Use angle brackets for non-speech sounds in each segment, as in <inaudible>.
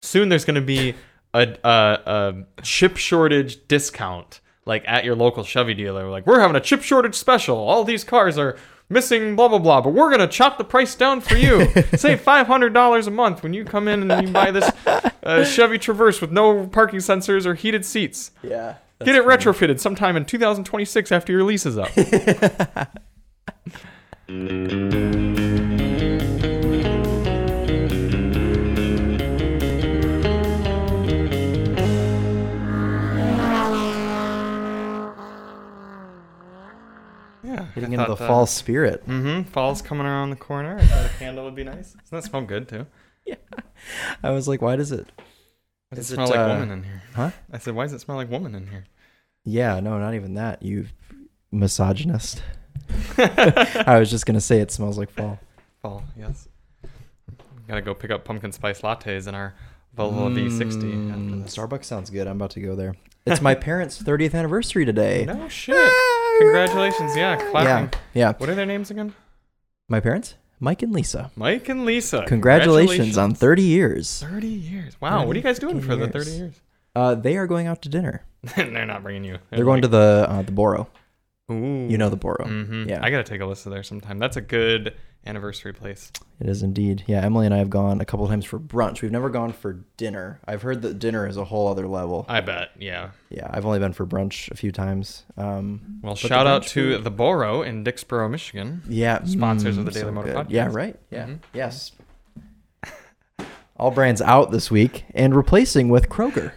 soon there's going to be a, a, a chip shortage discount like at your local Chevy dealer. Like we're having a chip shortage special. All these cars are missing blah blah blah, but we're gonna chop the price down for you. Save five hundred dollars a month when you come in and you buy this uh, Chevy Traverse with no parking sensors or heated seats. Yeah. Get it retrofitted sometime in 2026 after your lease is up. yeah. Getting I into the thought uh, that- fall spirit. <laughs> Mm-hmm. Fall's coming around the corner. I thought a candle would be nice. Doesn't that smell good too? I was like, why does it? Why does Is it it, smell like uh, woman in here? huh? I said, why does it smell like woman in here? Yeah, no, not even that. You misogynist. <laughs> I was just gonna say it smells like fall. Fall, yes. Gotta go pick up pumpkin spice lattes in our Volvo V60. After Mm, this. Starbucks sounds good. I'm about to go there. <laughs> It's my parents' 30th anniversary today. <laughs> No shit. Congratulations. Yeah, Yeah, clapping. yeah. What are their names again? My parents, Mike and Lisa. Mike and Lisa. Congratulations, on 30 years. 30 years. Wow, what are you guys doing for the 30 years? <laughs> Uh, they are going out to dinner. They're not bringing you. They're going to the uh, the Boro. to. Ooh. You know the Boro. hmm Yeah. I gotta take Alyssa there sometime. That's a good anniversary place. It is indeed. Yeah, Emily and I have gone a couple times for brunch. We've never gone for dinner. I've heard that dinner is a whole other level. I bet. Yeah. Yeah, I've only been for brunch a few times. Um, Well, but the shout out brunch to food- the Boro in Dixboro, Michigan. yeah sponsors of mm, the Daily Motor Podcast. Yeah, right. Yeah. Mhm. Yes. All brands out this week and replacing with <laughs> Kroger.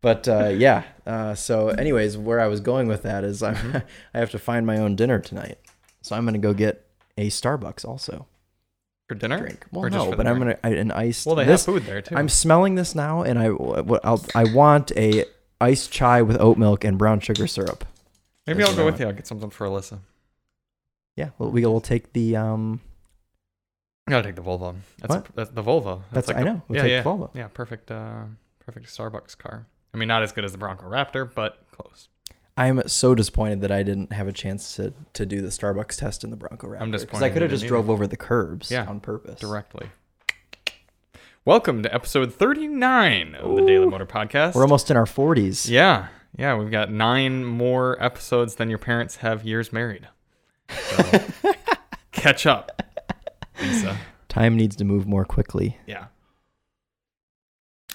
but uh, yeah, uh, so anyways, where I was going with that is Mm-hmm. I'm, <laughs> I have to find my own dinner tonight, so I'm gonna go get a Starbucks also For dinner? drink. Well, Or just no, for but the I'm drink? gonna I, an iced. Well, they this, have food there too. I'm smelling this now, and I what I'll, I want a iced chai with oat milk and brown sugar syrup. Maybe That's I'll what I go with want. you. I'll get something for Alyssa. Yeah, well, we will take the um. I gotta take the Volvo. That's, What? that's the Volvo. That's, like I the- know. We'll yeah, take yeah. the Volvo. Yeah, perfect. Uh, perfect Starbucks car. I mean, not as good as the Bronco Raptor, but close. I'm so disappointed that I didn't have a chance to to do the Starbucks test in the Bronco Raptor. 'cause disappointed I could you have just didn't drove over the curbs Yeah, on purpose. Directly. Welcome to episode 39 of the Daily Motor Podcast. We're almost in our 40s. yeah, yeah. We've got nine more episodes than your parents have years married. <laughs> So, catch up, Lisa. Time needs to move more quickly. Yeah.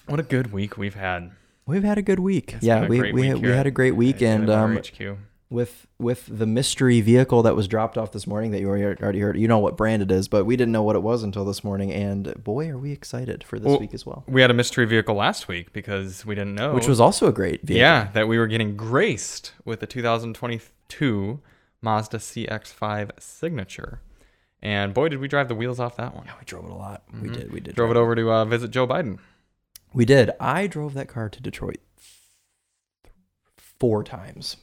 What a good week we've had. We've had a good week. It's been yeah, a we great we, week had- we here had at- a great week, and Daily um, Motor HQ. with with the mystery vehicle that was dropped off this morning that you already already heard, you know what brand it is, but we didn't know what it was until this morning, and boy, are we excited for this Well, week as well. We had a mystery vehicle last week because we didn't know. Which was also a great vehicle. Yeah, that we were getting graced with the 2022 Mazda CX5 Signature. And boy, did we drive the wheels off that one. we drove it a lot. We did. We did. Mm-hmm. Drove it over to uh, visit Joe Biden. We did. I drove that car to Detroit four <laughs> times.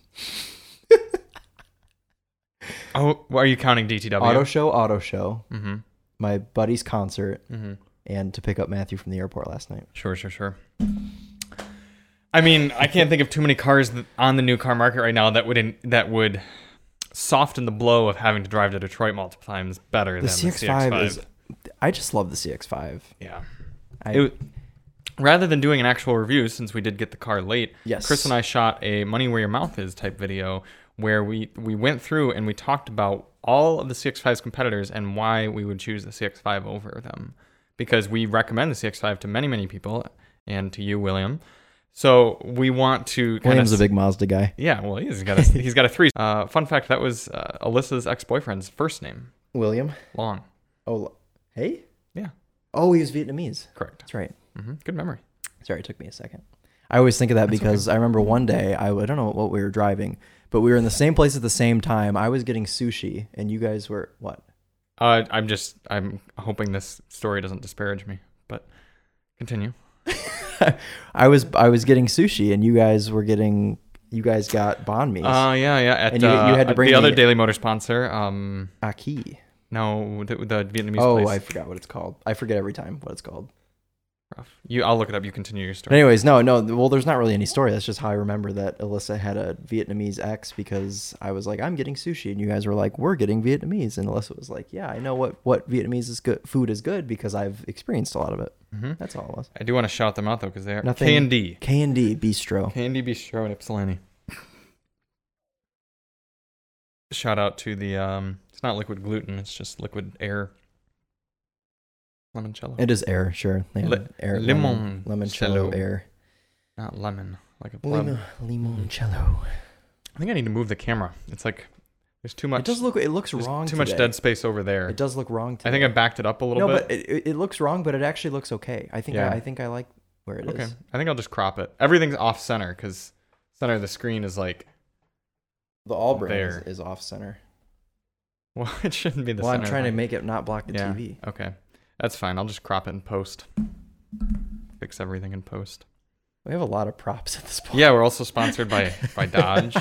Oh, well, are you counting DTW? Auto show, auto show, Mm-hmm. my buddy's concert, Mm-hmm. and to pick up Matthew from the airport last night. Sure, sure, sure. I mean, I can't think of too many cars th- on the new car market right now that would in- that would soften the blow of having to drive to Detroit multiple times better The than CX-5, the CX5. is. I just love the CX-5. yeah. I, It was- rather than doing an actual review, since we did get the car late, Yes. Chris and I shot a "Money Where Your Mouth Is" type video where we we went through and we talked about all of the CX5's competitors and why we would choose the CX5 over them, because we recommend the CX5 to many many people and to you, William. So we want to kind William's of a big Mazda guy, yeah, well he's <laughs> got a, he's got a three. Uh, fun fact: that was uh, Alyssa's ex boyfriend's first name, William. Long. Oh, hey. Yeah, Oh, he was Vietnamese. correct. That's right. hmm Good memory. Sorry, it took me a second. I always think of that because I remember one day I, I don't know what we were driving, but we were in the same place at the same time. I was getting sushi, and you guys were what? Uh, I'm just I'm hoping this story doesn't disparage me, but continue. I was I was getting sushi, and you guys were getting you guys got banh mi. Uh, yeah, yeah. At, And you- uh, you had to bring the other the- Daily Motor sponsor. Um, Aki. no, the, the Vietnamese Oh, I place. forgot what it's called. I forget every time what it's called. Rough. You, I'll look it up. You continue your But story. anyways, no, no. Well, there's not really any story. That's just how I remember that Alyssa had a Vietnamese ex because I was like, I'm getting sushi, and you guys were like, we're getting Vietnamese, and Alyssa was like, Yeah, I know what what Vietnamese is good food is good because I've experienced a lot of it. That's all it was. Mm-hmm. I do want to shout them out though because they're Nothing- K and D, K and D Bistro. Candy Bistro in Ypsilanti. Shout out to the um, it's not liquid gluten, it's just liquid air. Limoncello, It is air, sure. Yeah, Li- air, lemon, limoncello air, not lemon, like a plum. Limo, limoncello. I think I need to move the camera. It's like there's too much. It does look. It looks there's wrong. Too much today. dead space over there. It does look wrong. I Today. think I backed it up a little no, bit. but it, it- it looks wrong, but it actually looks okay. I think. Yeah. I, I think I like where it is. okay, I think I'll just crop it. Everything's off center because center of the screen is like <laughs> The Auburn is, There. is off center. well, it shouldn't be the Well, center. I'm trying to line. make it not block the Yeah. TV. Okay, that's fine. I'll just crop it and post. Fix everything in post. We have a lot of props at this point. Yeah, we're also sponsored by <laughs> by Dodge.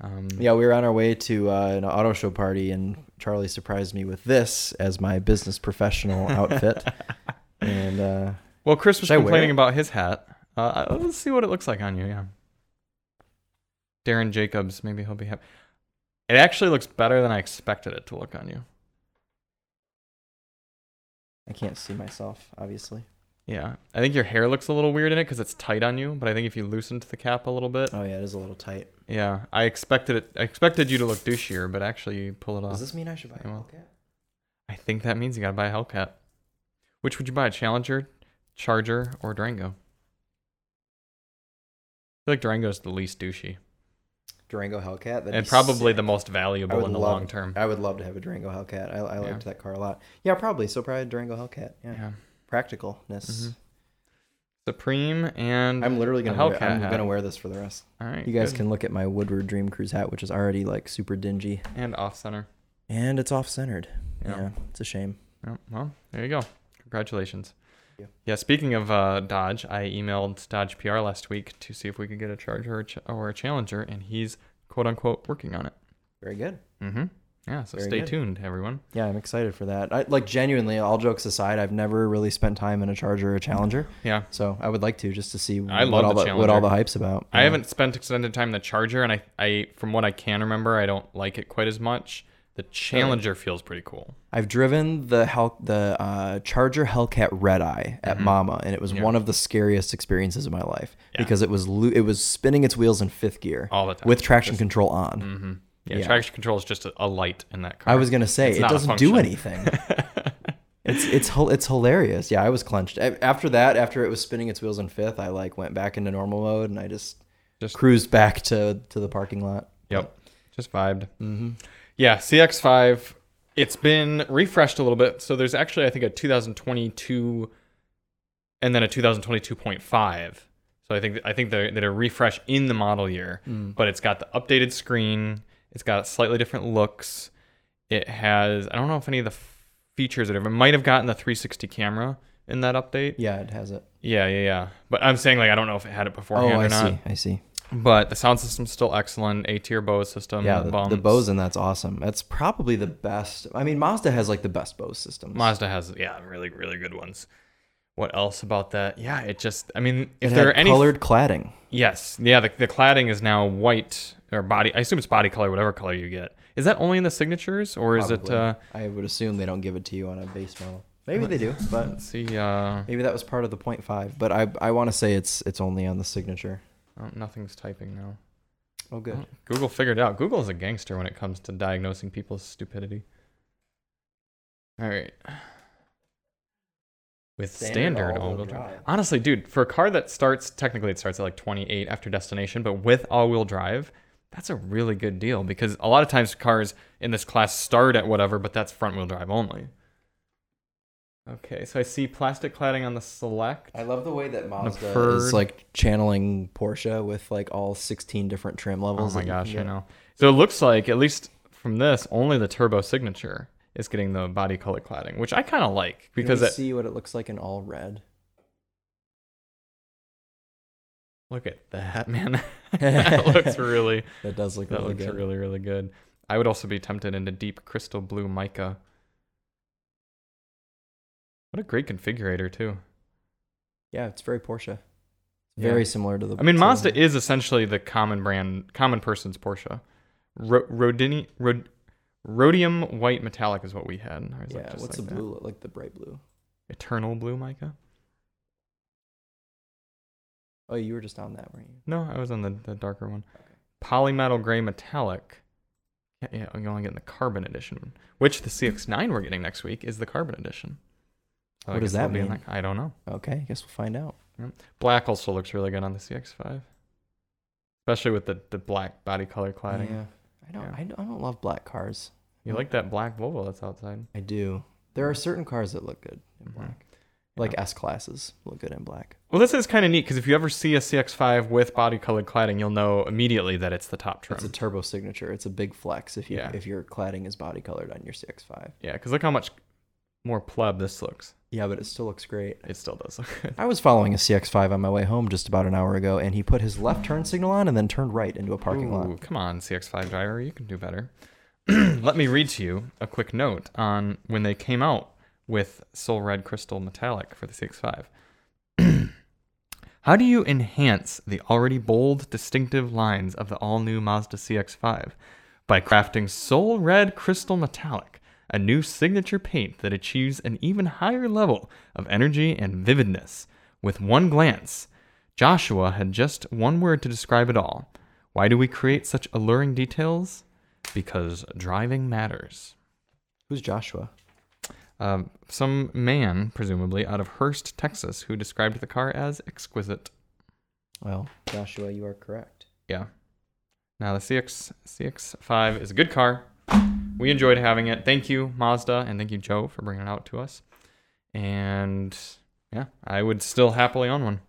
Um, Yeah, we were on our way to uh, an auto show party, and Charlie surprised me with this as my <laughs> business professional outfit. and uh, Well, Chris was Should I wear complaining it? about his hat. Uh, I- let's see what it looks like on you. Yeah. Darren Jacobs, maybe he'll be happy. It actually looks better than I expected it to look on you. I can't see myself, obviously. Yeah, I think your hair looks a little weird in it because it's tight on you. But I think if you loosened the cap a little bit, Oh yeah, it is a little tight. yeah, I expected it. I expected you to look douchier, but actually you pull it off. Does this mean I should buy a well. Hellcat? I think that means you gotta buy a Hellcat. Which would you buy, Challenger, Charger, or Durango? I feel like Durango's the least douchey. Durango Hellcat. That'd and be probably sick. the most I valuable would in the love- long term. I would love to have a Durango Hellcat. I, I Yeah. liked that car a lot. Yeah, probably. So probably a Durango Hellcat. Yeah. Yeah. Practicalness. Mhm. Supreme and I'm literally a gonna wear, Hellcat I'm hat. gonna wear this for the rest. all right, You guys good. can look at my Woodward Dream Cruise hat, which is already like super dingy, and off center. and it's off centered. Yeah. Yeah. it's a shame. Yeah, Well, there you go. Congratulations. Yeah. Yeah. Speaking of uh, Dodge, I emailed Dodge PR last week to see if we could get a Charger or, a Ch- or a Challenger, and he's quote unquote working on it. Very good. Mm-hmm. Yeah. So Very stay good. tuned, everyone. Yeah, I'm excited for that. I, like genuinely, all jokes aside, I've never really spent time in a Charger or a Challenger, Yeah. so I would like to just to see I what love all the the, what all Challenger. the hype's about. I Yeah. haven't spent extended time in the Charger, and I, I, from what I can remember, I don't like it quite as much. The Challenger feels pretty cool. I've driven the Hel- the uh, Charger Hellcat Red Eye at Mama, and it was Mm-hmm. Yeah. one of the scariest experiences of my life Yeah. because it was lo- it was spinning its wheels in fifth gear All the time. with traction control on. Mm-hmm. Yeah, Yeah. Traction control is just a, a light in that car. I was gonna say It's it not a doesn't do function. <laughs> anything. it's it's hil- it's hilarious. Yeah, I was clenched A- after that. After it was spinning its wheels in fifth, I like went back into normal mode and I just Just- cruised back to to the parking lot. Yep. Just vibed. Mm-hmm. Yeah, CX5. It's been refreshed a little bit. So there's actually, I think, a 2022 and then a 2022.5. So I think I think they did a refresh in the model year, Hmm. but it's got the updated screen. It's got slightly different looks. It has I don't know if any of the f- features that it might have gotten the 360 camera in that update. Yeah, it has it. Yeah, yeah, yeah. But I'm saying like I don't know if it had it Oh, beforehand I or not. see. I see. But the sound system's still excellent. A tier Bose system. Yeah, the, the bumps. Bose in that's awesome. That's probably the best. I mean, Mazda has like the best Bose systems. Mazda has yeah, really really good ones. What else about that? Yeah, it just I mean, It if there had are any colored cladding. yes, yeah, the, the cladding is now white or body. I assume it's body color, whatever color you get. Is that only in the signatures or is it? probably. uh I would assume they don't give it to you on a base model. Maybe they do, but Let's see, uh, maybe that was part of the point five. But I I want to say it's it's only on the signature. oh, nothing's typing now. Oh, good. Google figured it out. Google is a gangster when it comes to diagnosing people's stupidity. All right. With standard, all-wheel drive. Honestly, dude, for a car that starts technically it starts at like 28 after destination, but with all-wheel drive, that's a really good deal because a lot of times cars in this class start at whatever, but that's front-wheel drive only. Okay, so I see plastic cladding on the select. I love the way that Mazda preferred- is like channeling Porsche with like all 16 different trim Oh levels. my that you can gosh, I get. know. So it looks like at least from this, only the turbo signature is getting the body color cladding, which I kind of like Can because we it, see what it looks like in all red. look at that man. <laughs> <laughs> that looks really That does look that really looks good. really really good. I would also be tempted into deep crystal blue mica. What a great configurator too. yeah, it's very Porsche. Yeah. Very similar to the. I mean, to- Mazda is essentially the common brand, common person's Porsche. Ro- Rodini, Rod- rhodium white metallic is what we had. Ours looked Yeah, just what's like the that. blue? look Like the bright blue. Eternal blue mica. Oh, you were just on that, weren't you? No, I was on the, the darker one. Polymetal gray metallic. Yeah, yeah, I'm only getting the carbon edition, which the CX9 we're getting next week is the carbon edition. So I What does guess that they'll be in mean? I don't know. Okay, guess we'll find out. Black also looks really good on the CX5, especially with the, the black body color cladding. Yeah. I don't, Yeah. I don't. I don't love black cars. You like that black Volvo that's outside? I do. There are certain cars that look good in Mhm. black. Yeah. Like S classes look good in black. Well, this is kind of neat because if you ever see a CX5 with body colored cladding, you'll know immediately that it's the top trim. It's a turbo signature. It's a big flex if you Yeah. if your cladding is body colored on your CX5. yeah, because look how much more pleb this looks. Yeah, but it still looks great. It still does look good. I was following a CX5 on my way home just about an hour ago, and he put his left turn signal on and then turned right into a parking Ooh, lot. Come on, CX5 driver, you can do better. <clears throat> Let me read to you a quick note on when they came out with Soul Red Crystal Metallic for the CX5. <clears throat> How do you enhance the already bold, distinctive lines of the all new Mazda CX5? By crafting Soul Red Crystal Metallic, a new signature paint that achieves an even higher level of energy and vividness. With one glance, Joshua had just one word to describe it all. Why do we create such alluring details? Because driving matters. Who's Joshua? Um, some man, presumably out of Hearst, Texas, who described the car as exquisite. Well, Joshua, you are correct. Yeah. Now the CX CX5 is a good car. We enjoyed having it. Thank you Mazda and thank you Joe for bringing it out to us. And yeah, I would still happily own one.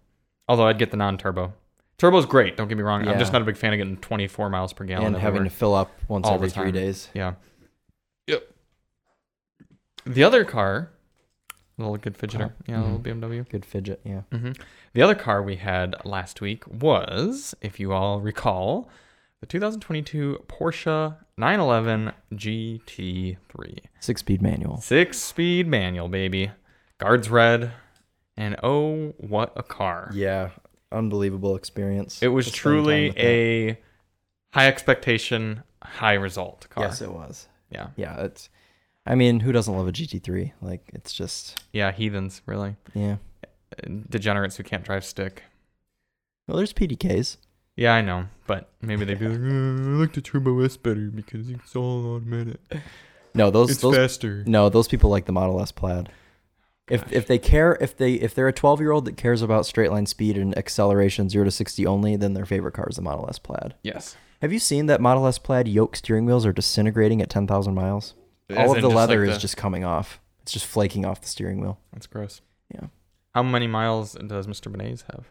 Although I'd get the non-turbo. Turbo's great. Don't get me wrong. I'm just Yeah. not a big fan of getting 24 miles per gallon. and of having whatever. to fill up once all every the three time. days. Yeah. Yep. The other car, little good fidgeter, Car. yeah, little BMW. Good fidget, yeah. hmm The other car we had last week was, if you all recall, the 2022 Porsche 911 GT3, Six speed manual. six-speed manual, baby, guards red, and oh, what a car! Yeah, unbelievable experience. It was Just spend time truly with that. a high expectation, high result car. Yes, it was. yeah, Yeah, it's. I mean, who doesn't love a GT3? Like, it's just yeah, heathens really. yeah. degenerates who can't drive stick. Well, there's PDKs. Yeah, I know, but maybe they'd be like, "Uh, I like the Turbo S better because it's all automatic. No, those It's those faster. no those people like the Model S Plaid. If if they care if they if they're a 12 year old that cares about straight line speed and acceleration zero to 60 only, then their favorite car is the Model S Plaid. Yes. Have you seen that Model S Plaid yoke steering wheels are disintegrating at 10,000 miles? As All in of the just leather like is just coming off. It's just flaking off the steering wheel. That's gross. Yeah. How many miles does Mr. Benays have?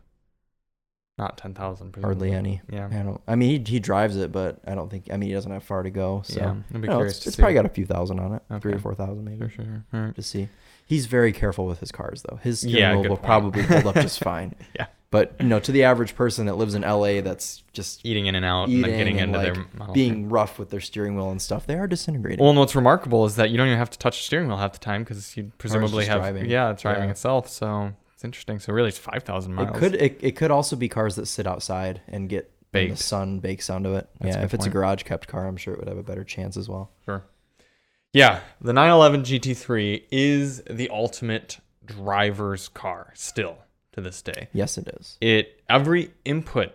Not 10,000, presumably. Hardly any. Yeah. I don't. I mean, he, he drives it, but I don't think. I mean, he doesn't have far to go. So yeah. I'd be No, curious it's, to it's see. probably got a few thousand on it, three or Okay. four thousand maybe. Sure, sure, sure. All right. To see, he's very careful with his cars though. His steering Yeah, wheel good will point. probably hold <laughs> up just fine. Yeah. But you know, to the average person that lives in LA, that's just Eating in and out and eating then getting and into like their model. being rough with their steering wheel and stuff, they are disintegrating. Well, and what's remarkable is that you don't even have to touch the steering wheel half the time because you presumably just have. driving. Yeah, it's driving Yeah. itself. So it's interesting. So really, it's 5,000 miles. it could it, it could also be cars that sit outside and get in the Baked. sun bakes onto it. That's a yeah, good if it's point. a garage kept car, I'm sure it would have a better chance as well. Sure. Yeah, the 911 GT3 is the ultimate driver's car still to this day. Yes, it is. It every input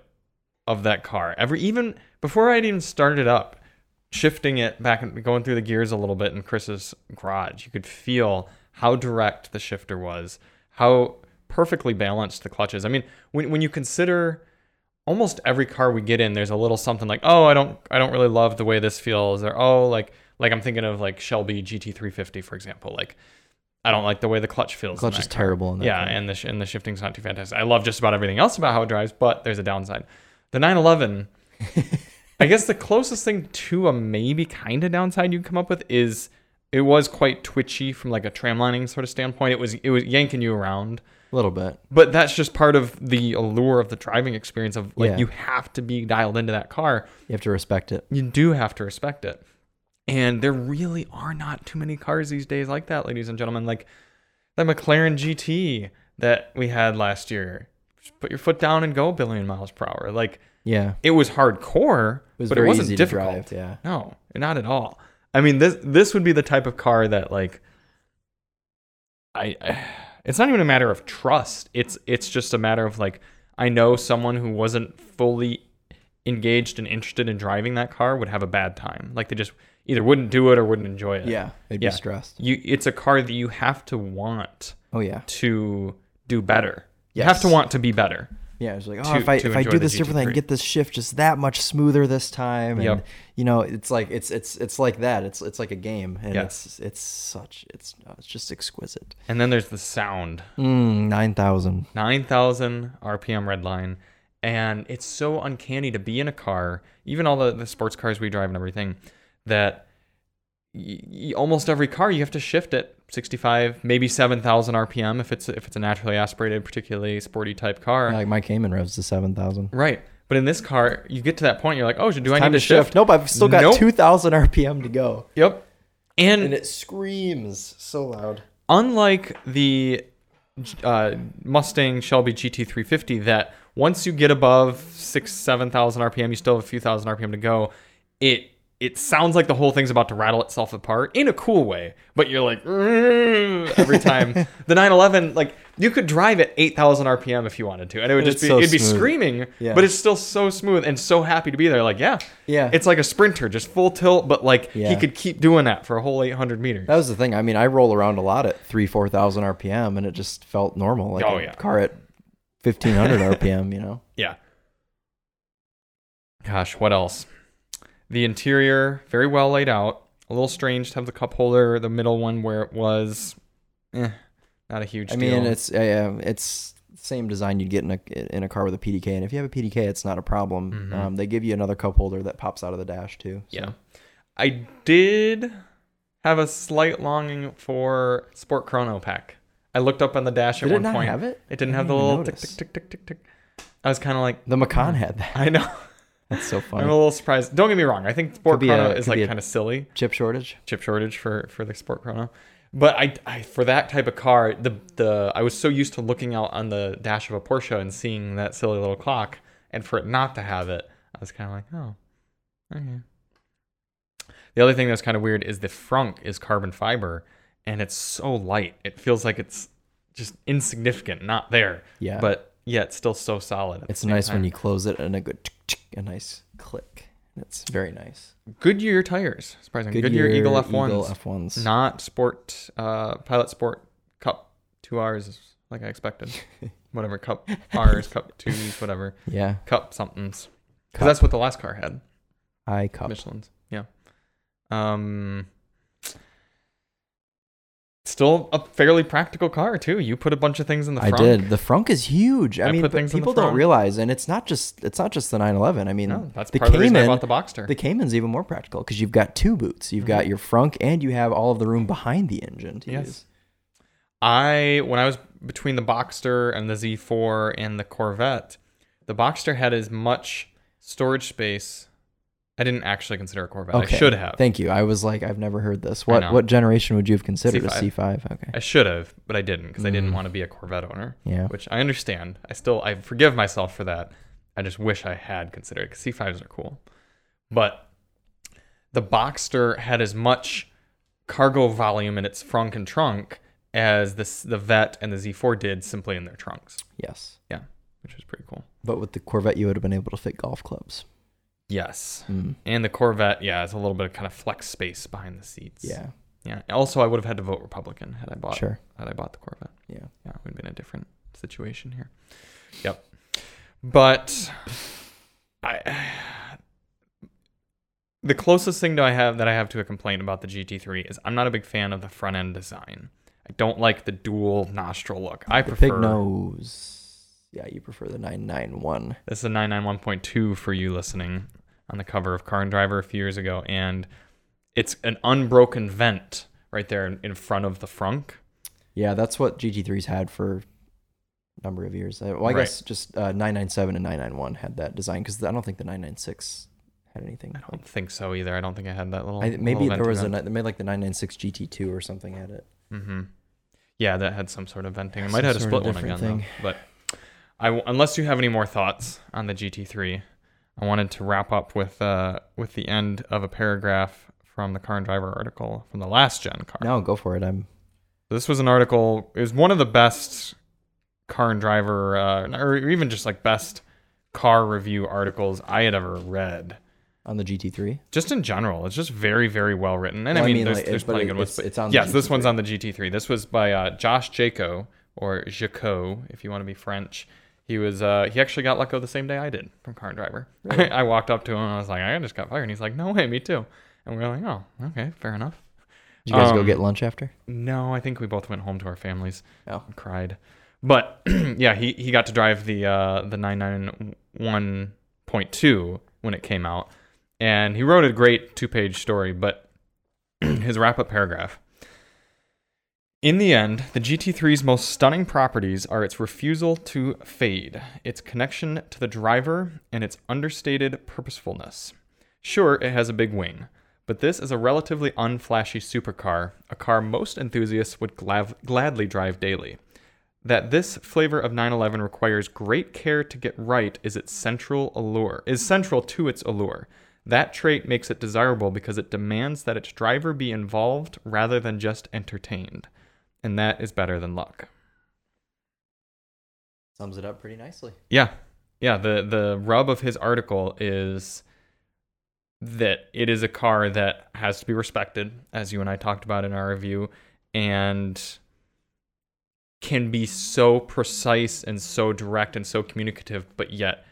of that car, every even before I had even started it up, shifting it back and going through the gears a little bit in Chris's garage, you could feel how direct the shifter was, how perfectly balanced the clutches. I mean, when when you consider almost every car we get in, there's a little something like, oh, I don't, I don't really love the way this feels, or oh, like, like I'm thinking of like Shelby GT350, for example. Like, I don't like the way the clutch feels. in Clutch that is car. terrible in that Yeah, car. and the sh- and the shifting's not too fantastic. I love just about everything else about how it drives, but there's a downside. The <laughs> 911. I guess the closest thing to a maybe kind of downside you can come up with is it was quite twitchy from like a tramlining sort of standpoint. It was it was yanking you around A little bit. but that's just part of the allure of the driving experience of like Yeah. you have to be dialed into that car You have to respect it. you do have to respect it and there really are not too many cars these days like that ladies and gentlemen like the mclaren gt that we had last year just put your foot down and go a billion miles per hour like Yeah. it was hardcore It was but very it wasn't easy difficult to drive. Yeah. no, not at all. I mean this this would be the type of car that like <sighs> I it's not even a matter of trust. It's it's just a matter of like I know someone who wasn't fully engaged and interested in driving that car would have a bad time. Like they just either wouldn't do it or wouldn't enjoy it. Yeah, they'd Yeah. be stressed. You it's a car that you have to want Oh yeah, to do better. You have to Yes. want to be better. yeah. It's like, oh, to- if I to if I enjoy do the this differently, I GT3. can get this shift just that much smoother this time. And Yep. you know, it's like it's it's it's like that. It's it's like a game, and Yeah. it's it's such it's oh, it's just exquisite. And then there's the sound. Mm, Nine thousand. 9,000 RPM red line. And it's so uncanny to be in a car, even all the, the sports cars we drive and everything, that y- y- almost every car you have to shift at 65, maybe 7,000 RPM if it's if it's a naturally aspirated, particularly sporty type car. Like my Cayman revs to seven thousand. Right. But in this car, you get to that point, you're like, oh, do I need Time to shift? Nope, I've still got Nope. two thousand RPM to go, Yep. And, and it screams so loud. unlike the uh, Mustang Shelby GT350, that once you get above six, seven thousand RPM, you still have a few thousand RPM to go. It it sounds like the whole thing's about to rattle itself apart in a cool way, but you're like "Rrrr," every time. <laughs> the 911, like you could drive at 8,000 RPM if you wanted to, and it would just It's be so it'd be smooth. screaming, Yeah. but it's still so smooth and so happy to be there. Like yeah, Yeah. it's like a sprinter, just full tilt, but like he Yeah. could keep doing that for a whole 800 meters. That was the thing. I mean, I roll around a lot at three, four thousand RPM, and it just felt normal. Like Oh, a yeah. car at fifteen hundred RPM. You know, Yeah. Gosh, what else? The interior, very well laid out. A little strange to have the cup holder, the middle one where it was. Eh, not a huge I deal. mean, it's uh, um, it's same design you'd get in a in a car with a PDK, and if you have a PDK, it's not a problem. Mhm. Um, they give you another cup holder that pops out of the dash too. so- Yeah. I did have a slight longing for Sport Chrono Pack. I looked up on the dash at Did it one not point. have it? It didn't I have the didn't even little tick, notice. tick, Mm-hmm. tick, tick, tick, tick. I was kind of like, <laughs> The Macan had that. I know. <laughs> That's so funny. I'm a little surprised. Don't get me wrong. I think Sport Could be Chrono a- is could like be a- kind of silly. Chip shortage. chip shortage for for the sport chrono but I, I for that type of car the the i was so used to looking out on the dash of a porsche and seeing that silly little clock and for it not to have it i was kind of like oh okay the other thing that's kind of weird is the frunk is carbon fiber and it's so light it feels like it's just insignificant not there Yeah. but yeah it's still so solid at the It's same nice time. when you close it and a good tick, tick, a nice click. It's very nice. goodyear tires surprising goodyear, eagle f1s Eagle F1s. not sport uh pilot sport cup two r's like i <laughs> expected whatever cup r's cup twos whatever yeah. cup somethings because Cup. that's what the last car had I cup. michelin's yeah um still a fairly practical car too you put a bunch of things in the Oh, I front did. The frunk is huge. I, I mean, put but things in the people don't front. realize, and it's not just it's not just the 911. I mean, no, that's the part of the reason i Cayman. bought the the, boxster Cayman's even more practical because you've got two boots. You've got your frunk, and you have all of the room behind the engine. To Mm-hmm. Yes. use. I when I was between the Boxster and the Z4 and the Corvette, the Boxster had as much storage space. I didn't actually consider a Corvette. I should have. Thank you. I was like, I've never heard this. I What know. what generation would you have considered a C5. C5? Okay. I should have, but I didn't because I didn't Mm. want to be a Corvette owner, Yeah. which I understand. I still I forgive myself for that. I just wish I had considered because C5s are cool, but the Boxster had as much cargo volume in its frunk and trunk as this the Vet and the Z4 did simply in their trunks. Yes. Yeah, which was pretty cool. But with the Corvette, you would have been able to fit golf clubs. Yes. Mm. And the Corvette, yeah, it's a little bit of kind of flex space behind the seats. Yeah. Yeah. Also, I would have had to vote Republican had I bought Sure. had I bought the Corvette. Yeah. Yeah, it would have been a different situation here. Yep. But <sighs> I <sighs> the closest thing that I have that I have to a complaint about the GT3 is I'm not a big fan of the front end design. I don't like the dual nostril look. I The prefer pig nose. Yeah, you prefer the 991. This is a 991.2 for you listening on the cover of Car and Driver a few years ago. And it's an unbroken vent right there in, in front of the frunk. Yeah, that's what GT3s had for a number of years. Uh, Well, I Right. guess just uh, 997 and 991 had that design because I don't think the 996 had anything. I don't think so either. I don't think I had that little. I, maybe there was a ni- maybe like the 996 GT2 or something had it. Mm-hmm. Yeah, that had some sort of venting. It Some might have had a sort of split one again, different though. But I, w- unless you have any more thoughts on the GT3, I wanted to wrap up with uh, with the end of a paragraph from the Car and Driver article from the last gen car. No, go for it. I'm This was an article. It was one of the best car and driver uh, or even just like best car review articles I had ever read. on the GT3. Just in general, it's just very, very well written. And Well, I I mean, mean, there's, like, it- there's but plenty it- of good ones. it's- but it's on the yes, this GT3. one's on the GT3. This was by uh, Josh Jaco or Jaco, if you want to be French. He was uh, he actually got let go the same day I did from Car and Driver. <laughs> I walked up to him and I was like, I just got fired. And he's like, No way, me too. And we were like, Oh, okay, fair enough. Did you guys go Um, get lunch after? No, I think we both went home to our families Oh. and cried. But <clears throat> yeah, he, he got to drive the uh, the 991.2 when it came out. And he wrote a great two page story, but <clears throat> his wrap up paragraph. In the end, the GT3's most stunning properties are its refusal to fade, its connection to the driver, and its understated purposefulness. Sure, it has a big wing, but this is a relatively unflashy supercar, a car most enthusiasts would glav- gladly drive daily. That this flavor of 911 requires great care to get right is its central allure. Is central to its allure. That trait makes it desirable because it demands that its driver be involved rather than just entertained, and that is better than luck. Sums it up pretty nicely. Yeah. Yeah, the the rub of his article is that it is a car that has to be respected as you and I talked about in our review and can be so precise and so direct and so communicative but yet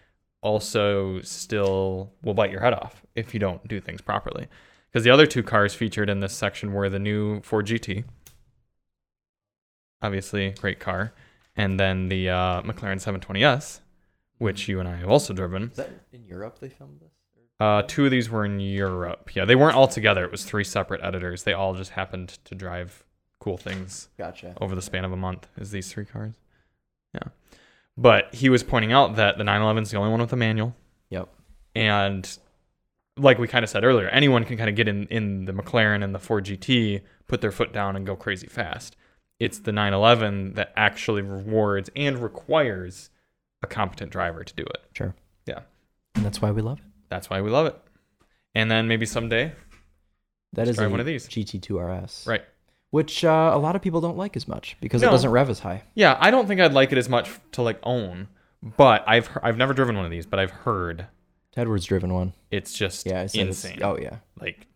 also still will bite your head off if you don't do things properly. Cuz the other two cars featured in this section were the new Ford GT obviously great car and then the uh, McLaren 720S which you and I have also driven. Is that in Europe they filmed this? Uh, two of these were in Europe. Yeah, they weren't all together. It was three separate editors. They all just happened to drive cool things Gotcha. over the span of a month. Is these three cars? Yeah. But he was pointing out that the 911 is the only one with a manual, Yep. and like we kind of said earlier, anyone can kind of get in in the McLaren and the Ford GT, put their foot down, and go crazy fast. It's the 911 that actually rewards and requires a competent driver to do it. Sure. Yeah. And that's why we love it. That's why we love it. And then maybe someday That is try a one of these. GT2 RS. Right. Which uh, a lot of people don't like as much because No. it doesn't rev as high. Yeah, I don't think I'd like it as much to like own, but I've he- I've never driven one of these, but I've heard Tedward's driven one. it's just Yeah, I said it's- insane. Oh yeah. Like,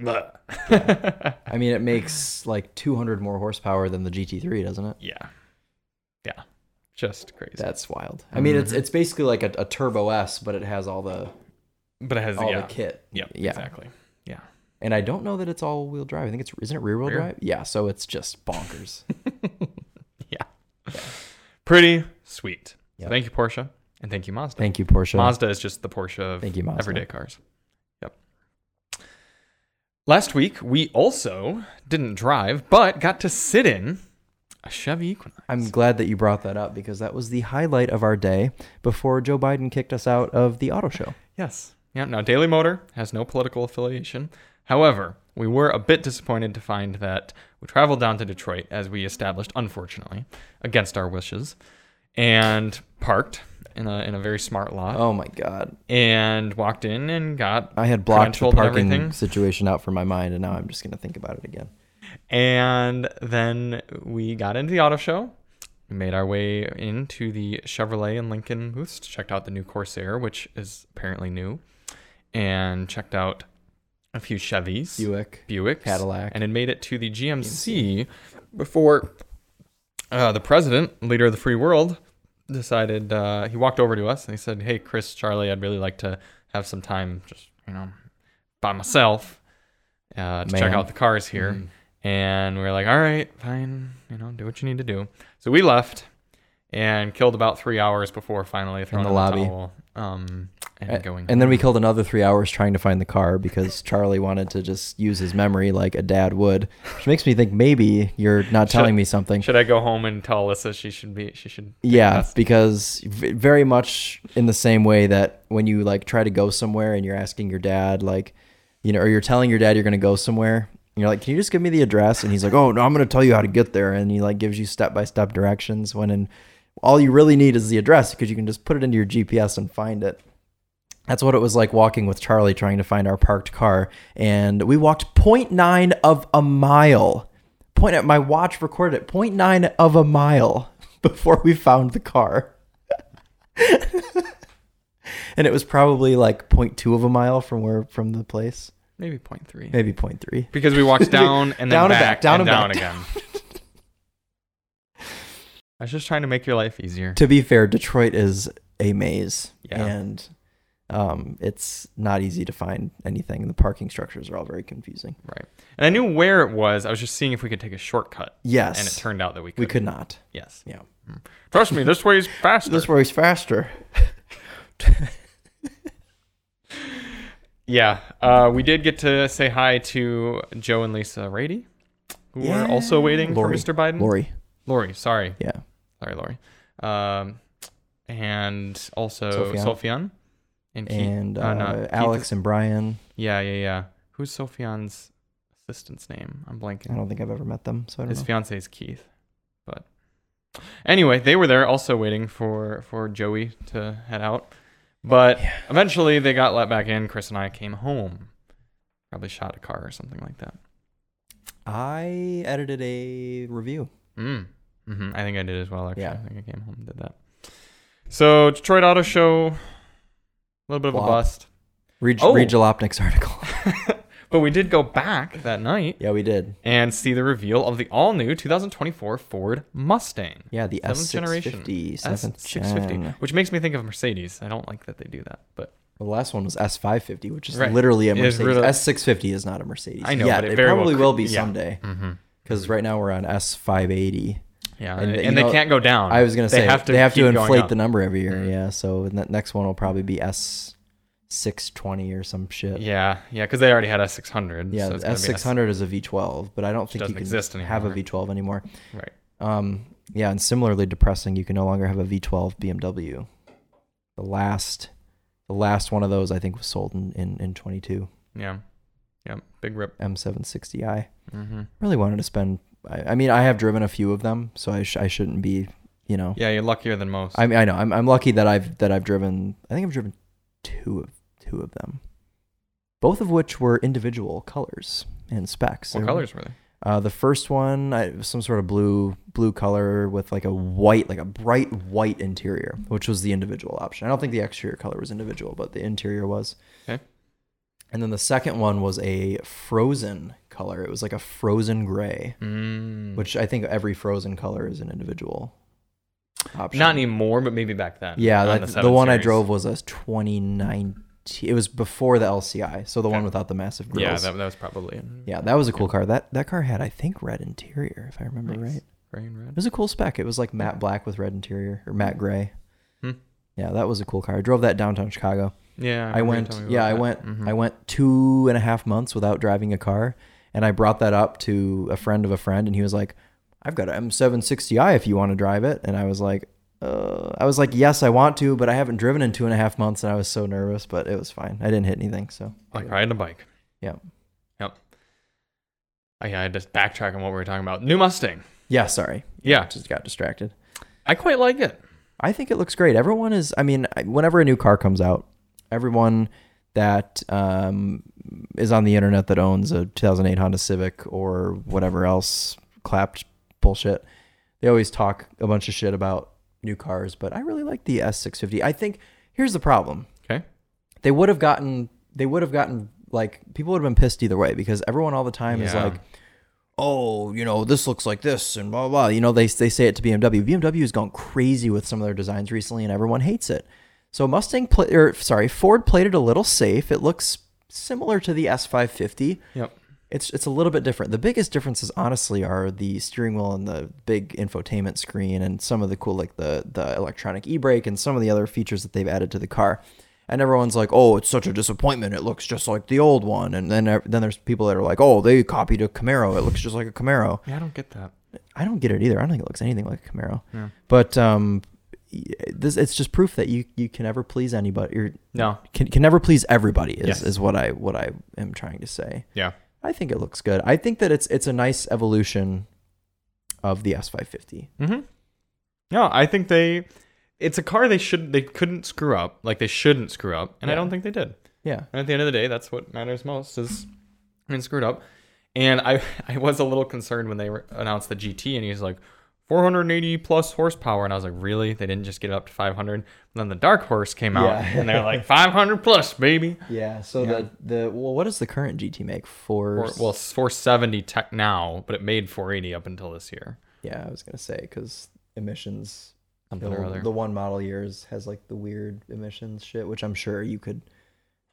I mean, it makes like 200 more horsepower than the GT3, doesn't it? <laughs> yeah, yeah, just crazy. That's wild. I mean, Mhm. it's it's basically like a, a Turbo S, but it has all the but it has all yeah, the kit. Yep, Yeah. exactly. Yeah, And I don't know that it's all wheel drive. I think it's isn't it rear wheel Rear. drive? Yeah. So it's <laughs> just bonkers. pretty sweet. So Yep. thank you Porsche and thank you Mazda. Thank you, Porsche. Mazda is just the Porsche of Thank you, Mazda. everyday cars. Yep. Last week we also didn't drive, but got to sit in a Chevy Equinox. I'm glad that you brought that up because that was the highlight of our day before Joe Biden kicked us out of the <laughs> auto show. Yes. Yeah. Now, Daily Motor has no political affiliation. However, we were a bit disappointed to find that we traveled down to Detroit, as we established, unfortunately, against our wishes, and parked in a, in a very smart lot, Oh my god. and walked in and got I had blocked the credentialed and parking everything. situation out from my mind and now I'm just gonna think about it again. And then we got into the auto show. We made our way into the Chevrolet and Lincoln booths, checked out the new Corsair, which is apparently new, and checked out a few Chevys, Buick. Buicks, Cadillac. and it made it to the GMC before uh, the president, leader of the free world, decided uh, he walked over to us and he said, "Hey, Chris, Charlie, I'd really like to have some time, just you know, by myself, uh, to check Man. Mm-hmm. out the cars here." And we were like, "All right, fine, you know, do what you need to do." So we left and killed about three hours before finally throwing the in lobby. towel, um, and A- going. And then we killed another three hours trying to find the <laughs> car because Charlie wanted to just use his memory like a dad would, which makes me think maybe you're not Should- telling me something. should I go home and tell Alyssa she should be she should Yeah, Yes. because v- very much in the same way that when you like try to go somewhere and you're asking your dad, like, you know, or you're telling your dad you're going to go somewhere, and you're like, can you just give me the address? And he's like, oh, no, I'm going to tell you how to get there. And he like gives you step by step directions when in all you really need is the address because you can just put it into your GPS and find it. That's what it was like walking with Charlie trying to find our parked car. And we walked 0.9 of a mile. Point at my watch recorded it 0.9 of a mile before we found the car. and it was probably like 0.2 of a mile from where from the place, Maybe 0.3. maybe 0.3. Because we <laughs> walked down and then Down and back, back, down and down and again. I was just trying to make your life easier. To be fair, Detroit is a maze Yeah. and um, it's not easy to find anything. The parking structures are all very confusing. Right. And I knew where it was. I was just seeing if we could take a shortcut. Yes. And it turned out that we could. we could not. Yes. Hmm. Yeah. Trust me, this way is faster. <laughs> This works faster. Yeah. Uh, we did get to say hi to Joe and Lisa Rady, who Yeah. are also waiting Lori. for Mr. Biden. Lori. Lori, sorry. Yeah. Sorry, Lori. Um, and also Sophian. Sophian. And, Keith- And uh, not Keith Alex is- and Brian. yeah, yeah, yeah. Who's Sophian's assistant's name? I'm blanking. I don't think I've ever met them, so I don't His know. fiance is Keith, but anyway, they were there also waiting for for Joey to head out. But eventually, they got let back in. Chris and I came home. Probably shot a car or something like that. I edited a review. Mm. hmm I think I did as well. Actually, Yeah. I think I came home and did that. So Detroit Auto Show, a little bit of Flop. a bust, Read, Oh. read Jalopnik's article. <laughs> but we did go back that night yeah, we did. and see the reveal of the all-new 2024 Ford Mustang. Yeah, the Seventh S generation. generation. S six fifty, which makes me think of Mercedes. I don't like that they do that, but The last one was S550, which is Right. literally a It is Mercedes. really- S650 is not a Mercedes. I know, Yeah, but it they very well probably could- will be yeah. someday. hmm Because right now we're on S580. yeah, And and, they- and you they know, can't go down. I was gonna say they have to, they have to keep going inflate up. the number every year. Mhm. Yeah, so the next one will probably be S620 or some shit. Yeah, yeah, because they already had a six hundred. Yeah, so the it's gonna be S600 is a V12, but I don't think you doesn't can exist have a anymore. V12 anymore. S- right. Um, yeah, and similarly depressing, you can no longer have a V12 BMW. The last, the last one of those I think was sold in in, in 22 Yeah, yeah, big rip. M760i. hmm Really wanted to spend. I, I mean, I have driven a few of them, so I sh- I shouldn't be, you know. Yeah, you're luckier than most. I mean, I know I'm I'm lucky that I've that I've driven. I think I've driven two of two of them, both of which were individual colors and specs. what They were- colors were they? Uh, the first one, I, it was some sort of blue blue color with like a white, like a bright white interior, which was the individual option. I don't think the exterior color was individual, but the interior was. Okay. And then the second one was a frozen color. It was like a frozen gray, Mm. which I think every frozen color is an individual option. not anymore, but maybe back then. Yeah, on that, the, seven one I series. drove was a 2019. It was before the LCI, so the one Okay. without the massive grills. Yeah, that, that was probably in Yeah, that was a cool car. That that car had, I think, red interior, if I remember Nice. right. gray and It red. was a cool spec. It was like matte black with red interior or matte gray. Hmm. Yeah, that was a cool car. I drove that downtown Chicago. Yeah, I went. Yeah, I went. Mm-hmm. Hmm. I went two and a half months without driving a car, and I brought that up to a friend of a friend, and he was like, "I've got an M760i if you want to drive it," and I was like. Uh, I was like, yes, I want to, but I haven't driven in two and a half months, and I was so nervous. But it was fine. I didn't hit anything, so Like riding a bike. Yep. Yep. I, I had to backtrack on what we were talking about. New Mustang. yeah. Sorry, Yeah, just got distracted. I quite like it. I think it looks great. Everyone is, I mean, I- whenever a new car comes out, everyone that um, is on the internet that owns a 2008 Honda Civic or whatever else clapped bullshit, they always talk a bunch of shit about new cars, but I really like the S650. I think here's the problem. Okay. They would have gotten, they would have gotten, like, people would have been pissed either way because everyone all the time is Yeah. like, oh, you know, this looks like this and blah, blah. You know, they, they say it to BMW. BMW has gone crazy with some of their designs recently and everyone hates it. So Mustang, pla- or sorry, Ford played it a little safe. It looks similar to the S550. Yep. It's, it's a little bit different. The biggest differences, honestly, are the steering wheel and the big infotainment screen and some of the cool, like the, the electronic e-brake and some of the other features that they've added to the car. And everyone's like, "Oh, it's such a disappointment. It looks just like the old one." And then then there's people that are like, "Oh, they copied a Camaro. It looks just like a Camaro." Yeah, I don't get that. I don't get it either. I don't think it looks anything like a Camaro. Yeah. But um, y- this it's just proof that you you can never please anybody. Or No. can can never please everybody. Is Yes. is what I what I am trying to say. Yeah. I think it looks good. I think that it's it's a nice evolution of the S550. Mm-hmm. No, I think they. It's a car they should they couldn't screw up like they shouldn't screw up, and I Yeah. don't think they did. Yeah. And at the end of the day, that's what matters most is <laughs> I mean screwed up. And I I was a little concerned when they re- announced the GT, and he's like, 480 plus horsepower. And I was like, really? They didn't just get it up to 500? And then the Dark Horse came out Yeah. and they're like, 500 plus, <laughs> baby. Yeah. So the the well, what does the current GT make? Four. Or, well, it's 470 tech now, but it made 480 up until this year. yeah, I was gonna say because emissions. Something or the- other. The one model years has like the weird emissions shit, which I'm sure you could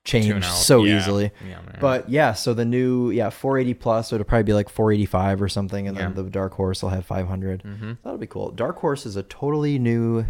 Tune change out. so Yeah. easily. Yeah, man. But yeah, so the new yeah 480 plus, so it'll probably be like 485 or something, and then Yeah. the Dark Horse will have 500. Mhm. That'll be cool. Dark Horse is a totally new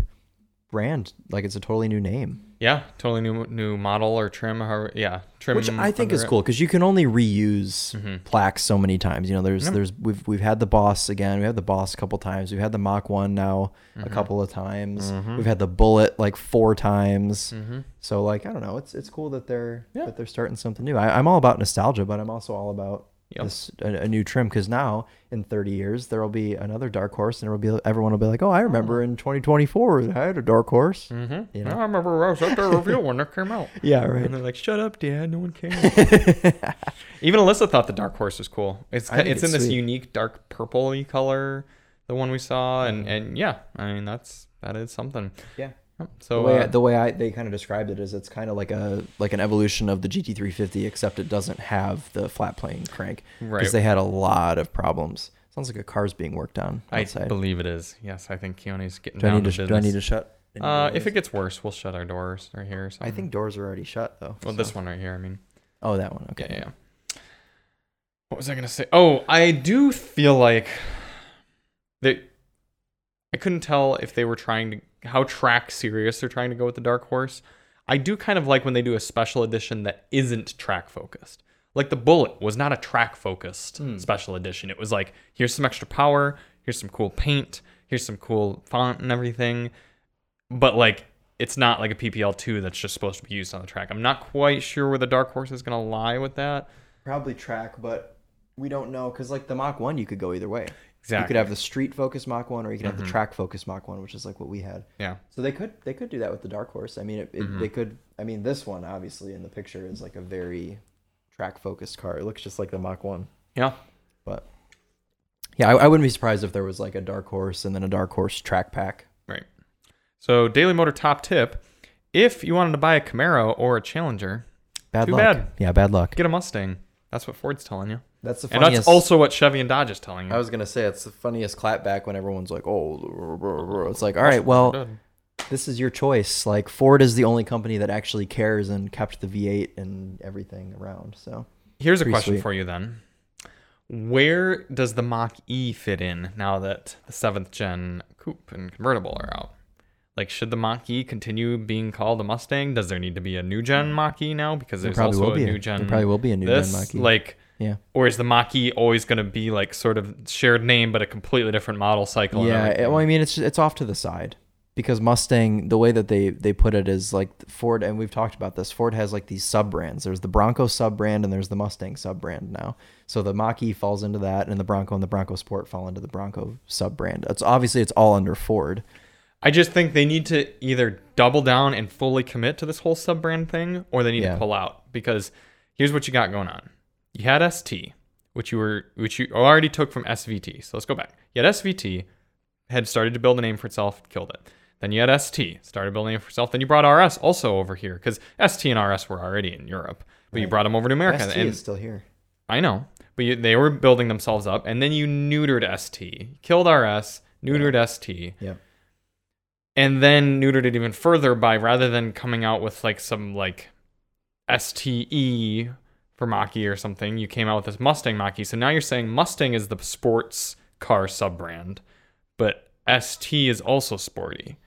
brand, like it's a totally new name, yeah, totally new new model or trim. Or, yeah, trim. which I Mm, think under is it. Mm-hmm. cool because you can only reuse plaques so many times. You know, there's there's we've we've had the Boss again, we had the Boss a couple times, we've had the Mach One now a Mm-hmm. couple of times, we've had the Bullet like four times. So like I don't know, it's it's cool that they're Mm-hmm. Yeah. that they're starting something new. I, I'm all about nostalgia, but I'm also all about Yep. this a, a new trim because now in 30 years there will be another dark horse, and it'll be everyone will be like, oh, I remember in 2024 I had a dark horse. Mm-hmm. you know? I remember I was at the review when it came <laughs> out. Yeah, And right. they're like, "Shut up, Dad! No one cares." <laughs> Even Alyssa thought the dark horse was cool. It's I think it's, in it's this sweet. unique dark purpley color, the one we saw, and and yeah, I mean that's that is something. Yeah. Yep. The So way, uh, the way I they kind of described it is it's kind of like a like an evolution of the GT350 except it doesn't have the flat plane crank because Right. they had a lot of problems. Sounds like a car's being worked on I outside. believe it is. Yes, I think Keone's getting do, I down need to to, business. do I need to shut? any uh, doors? if it gets worse, we'll shut our doors right here. Or I something. think doors are already shut though. Well, so- this one right here. I mean, Oh, that one. Okay. yeah, yeah. yeah. What was I gonna say? Oh, I do feel like they. I couldn't tell if they were trying to how track serious they're trying to go with the Dark Horse. I do kind of like when they do a special edition that isn't track focused. Like the Bullet was not a track focused special edition. It was like here's some extra power, here's some cool paint, here's some cool font and everything but like it's not like a PPL two that's just supposed to be used on the track. I'm not quite sure where the dark horse is gonna lie with that. Probably track, but we don't know because like the Mach One, you could go either way. You Exactly. Mm-hmm. could have the street focus Mach One, or you could have the track focus Mach One, which is like what we had. Yeah. So they could they could do that with the Dark Horse. I mean, it, it, Mm-hmm. they could. I mean, this one obviously in the picture is like a very track focused car. It looks just like the Mach One, Yeah. but yeah, I, I wouldn't be surprised if there was like a Dark Horse and then a Dark Horse track pack. Right. So Daily Motor top tip: if you wanted to buy a Camaro or a Challenger, Bad Too luck. bad. Yeah, bad luck. get a Mustang. That's what Ford's telling you, That's the and funniest. that's also what Chevy and Dodge is telling you. I was gonna say it's the funniest clapback when everyone's like, "Oh, blah, blah, blah." it's like, all right, well, this is your choice." Like Ford is the only company that actually cares and kept the V8 and everything around. So Here's a pretty question sweet. for you then: Where does the Mach E fit in now that the seventh gen coupe and convertible are out? Like, should the Mach E continue being called a Mustang? Does there need to be a new gen Mach E now? Because there's probably also will be a a- new gen. there probably will be a new gen E. this? Mach-E. Like, yeah, or is the Mach E always going to be like sort of shared name but a completely different model cycle? and yeah. everything? it- well, I mean, it's it's off to the side because Mustang, the way that they they put it is like Ford, and we've talked about this. Ford has like these sub brands. There's the Bronco sub brand and there's the Mustang sub brand now. So the Mach E falls into that, and the Bronco and the Bronco Sport fall into the Bronco sub brand. It's obviously it's all under Ford. I just think they need to either double down and fully commit to this whole sub brand thing, or they need Yeah. to pull out. Because here's what you got going on: you had ST, which you were, which you already took from SVT. So let's go back. You had SVT, had started to build a name for itself, killed it. Then you had ST, started building a name for itself. Then you brought RS also over here because ST and RS were already in Europe, but you brought them over to America. ST and is still here. I know, but you, they were building themselves up, and then you neutered ST, killed RS, neutered ST Yeah. and then neutered it even further by rather than coming out with like some like STE for Maki or something, you came out with this Mustang Maki. So now you're saying Mustang is the sports car sub brand, but ST is also sporty.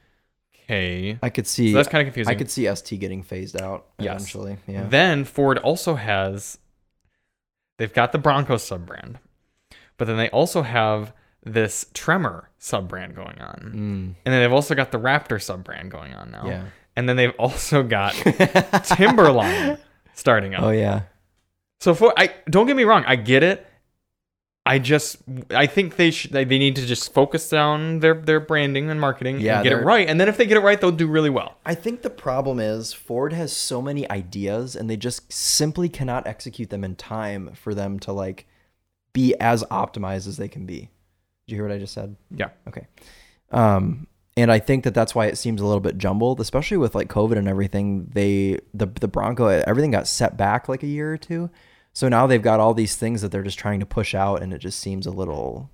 Okay. I could see. So that's kind of confusing. I could see ST getting phased out Yes. eventually. Yeah. Then Ford also has they've got the Bronco sub brand, but then they also have this Tremor sub brand going on. And then they've also got the Raptor sub brand going on now. Mm. Yeah. And then they've also <laughs> got Timberline starting up. oh yeah. So for I don't get me wrong, I get it. I just I think they should they they need to just focus down their their branding and marketing Yeah, and get it they're- right. And then if they get it right, they'll do really well. I think the problem is Ford has so many ideas and they just simply cannot execute them in time for them to like be as optimized as they can be. Did you hear what I just said? Yeah. Okay. Um, and I think that that's why it seems a little bit jumbled, especially with like COVID and everything. They the the Bronco everything got set back like a year or two, so now they've got all these things that they're just trying to push out, and it just seems a little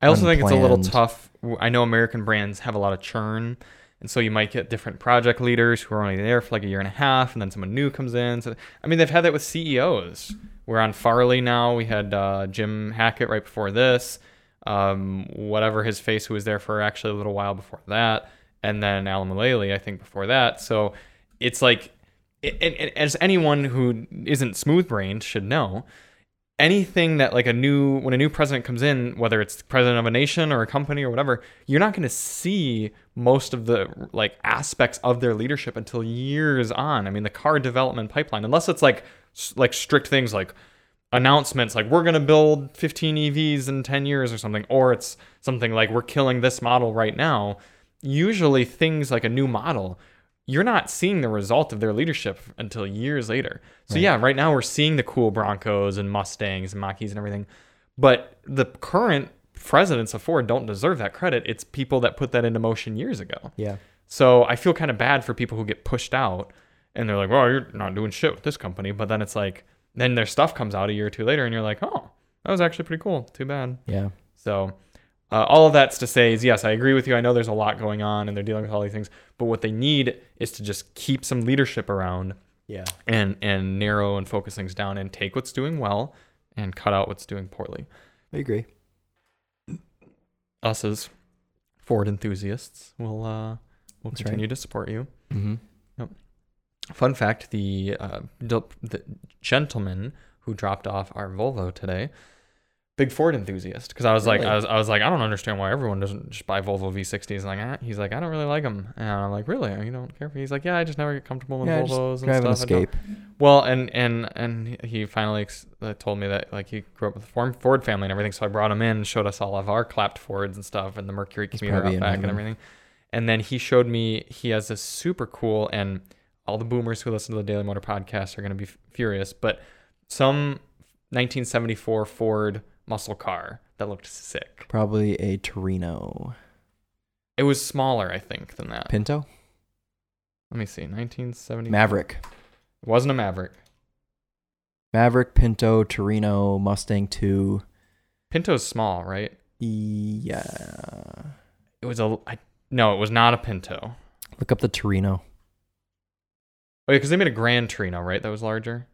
I also think it's a little unplanned. tough. W- I know American brands have a lot of churn, and so you might get different project leaders who are only there for like a year and a half, and then someone new comes in. So I mean, they've had that with CEOs. We're on Farley now. We had uh, Jim Hackett right before this. Um, whatever his face, who was there for actually a little while before that, and then Alan Mullally, I think, before that. So it's like, it, it, it- as anyone who isn't smooth brained should know, anything that like a new when a new president comes in whether it's the president of a nation or a company or whatever you're not going to see most of the like aspects of their leadership until years on i mean the car development pipeline unless it's like s- like strict things like announcements like we're going to build 15 evs in 10 years or something or it's something like we're killing this model right now usually things like a new model you're not seeing the result of their leadership until years later. So yeah, right now we're seeing the cool Broncos and Mustangs and Machis and everything, but the current presidents of Ford don't deserve that credit. It's people that put that into motion years ago. yeah. So I feel kind of bad for people who get pushed out and they're like, "Well, you're not doing shit with this company," but then it's like, then their stuff comes out a year or two later, and you're like, "Oh, that was actually pretty cool. Too bad." Yeah. So, uh, all of that's to say is yes, I agree with you. I know there's a lot going on and they're dealing with all these things, but what they need is to just keep some leadership around Yeah. and and narrow and focus things down and take what's doing well and cut out what's doing poorly. I agree. Us as Ford enthusiasts will uh, will That's right. continue to support you. Mm-hmm. Fun fact: the, uh, del- the gentleman who dropped off our Volvo today, big Ford enthusiast, because I was like, Really? I was, I was like, I don't understand why everyone doesn't just buy Volvo V60s. Like, ah. he's like, I don't really like them, and I'm like, really? You don't care for? He's like, yeah, I just never get comfortable in Yeah, I just Volvos and drive an stuff. I don't- escape. well, and and and he finally ex- uh, told me that like he grew up with the Form- Ford family and everything, so I brought him in, and showed us all of our clapped Fords and stuff, and the Mercury commuter probably in outback and heaven. everything. And then he showed me he has this super cool, and all the boomers who listen to the Daily Motor podcast are going to be f- furious, but some 1974 Ford muscle car that looked sick. Probably a Torino It was smaller, I think, than that. Pinto Let me see, 1970. Maverick. It wasn't a Maverick. Maverick, Pinto, Torino, Mustang 2. Pinto's small, right? Yeah. It was a I, no, it was not a Pinto. Look up the Torino. Oh yeah, because they made a Grand Torino, right? That was larger.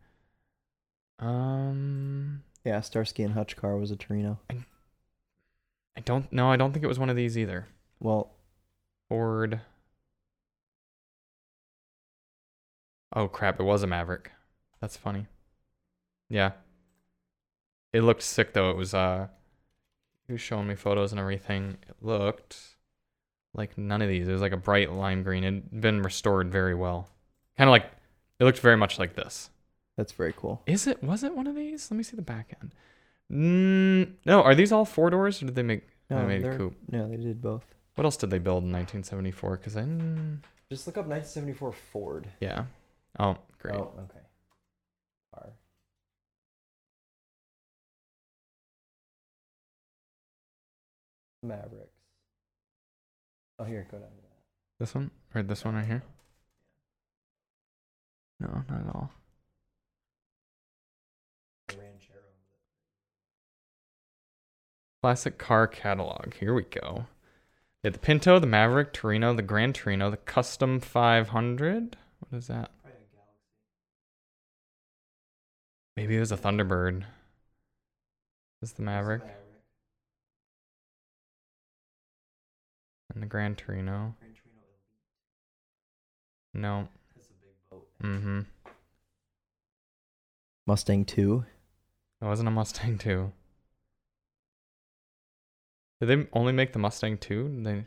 Um, Yeah, Starsky and Hutch car was a Torino. I don't know. I don't think it was one of these either. Well, Ford. Oh crap! It was a Maverick. That's funny. Yeah. It looked sick though. It was uh, he was showing me photos and everything. It looked like none of these. It was like a bright lime green. It had been restored very well. Kind of like it looked very much like this. that's very cool. Is it? Was it one of these? Let me see the back end. Mm, no, are these all four doors, or did they make? they made a they're- coupe. No, they did both. What else did they build in 1974? Because then, Just look up 1974 Ford. yeah. Oh, great. Oh, okay. Car. Mavericks. Oh, here, go down to that. This one or this one right here? No, not at all. Ranchero. Classic car catalog. Here we go. They had the Pinto, the Maverick, Torino, the Grand Torino, the Custom 500. What is that? Maybe it was a Thunderbird. Is the Maverick and the Grand Torino? No. Mm-hmm. Mustang 2. It wasn't a Mustang 2. Did they only make the Mustang 2? They,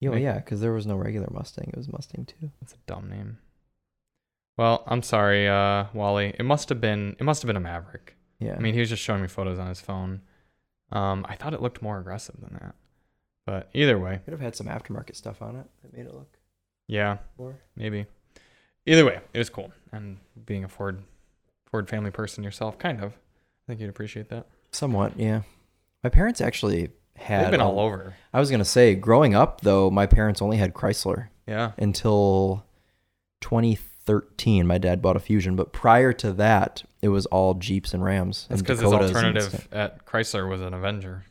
Yeah, Make- yeah, because there was no regular Mustang. It was Mustang 2. that's a dumb name. Well, I'm sorry, uh, Wally. It must have been it must have been a Maverick. Yeah. I mean, he was just showing me photos on his phone. Um, I thought it looked more aggressive than that. But either way, could have had some aftermarket stuff on it that made it look yeah, more. maybe. Either way, it was cool. And being a Ford Ford family person yourself, kind of. I think you'd appreciate that. Somewhat, yeah. My parents actually had. They've been a- all over. I was gonna say, growing up though, my parents only had Chrysler Yeah. until 2013. My dad bought a Fusion, but prior to that, it was all Jeeps and Rams. That's and because his Dakotas and alternative stuff. at Chrysler was an Avenger.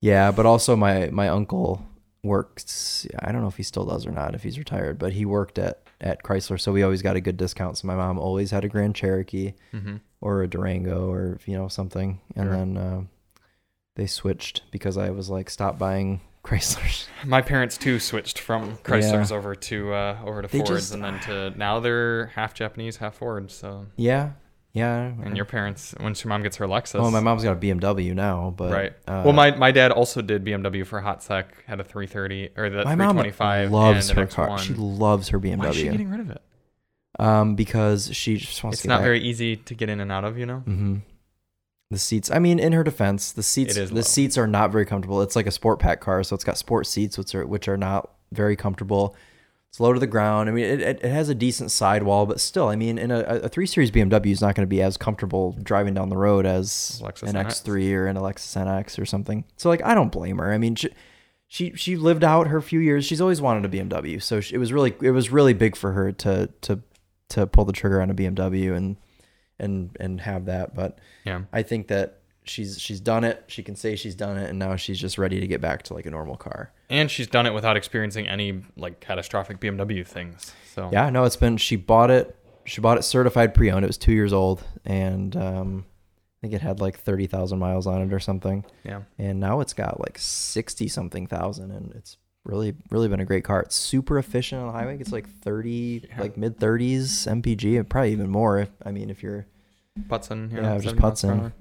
Yeah, but also my my uncle works. I don't know if he still does or not, if he's retired, but he worked at at Chrysler, so we always got a good discount. So my mom always had a Grand Cherokee Mm-hmm. or a Durango or you know something, and Sure. then uh, they switched because I was like, stop buying <laughs> Chryslers. My parents too switched from Chryslers over to uh, over to They Fords, just- and then <sighs> to now they're half Japanese, half Ford. So yeah, yeah. and your parents, once your mom gets her Lexus, oh, my mom's got a BMW now, but right? uh, well, my, my dad also did BMW for a hot sec, had a 330 or the my mom 325. loves and her an car. X1. She loves her BMW. Why is she getting rid of it? um, because she just wants It's to get not back. very easy to get in and out of, you know. Mm-hmm. The seats. I mean, in her defense, the seats is the low. seats are not very comfortable. It's like a sport pack car, so it's got sport seats, which are which are not very comfortable. It's low to the ground. I mean, it, it, it has a decent sidewall, but still, I mean, in a, a three series BMW is not going to be as comfortable driving down the road as Lexus an NX. X3 or an Lexus NX or something. So like, I don't blame her. I mean, she she, she lived out her few years. She's always wanted a BMW, so she, it was really it was really big for her to to to pull the trigger on a BMW and and and have that. But Yeah. I think that she's she's done it. She can say she's done it, and now she's just ready to get back to like a normal car. And she's done it without experiencing any like catastrophic BMW things. So Yeah, no, it's been she bought it. She bought it certified pre-owned. It was two years old, and um, I think it had like thirty thousand miles on it or something. yeah. And now it's got like sixty something thousand, and it's really really been a great car. It's super efficient on the highway. It's like thirty, Yeah. like mid thirties mpg, and probably even more. If, I mean, if you're Putts in, you Yeah, know, just 70 miles putts in. per hour.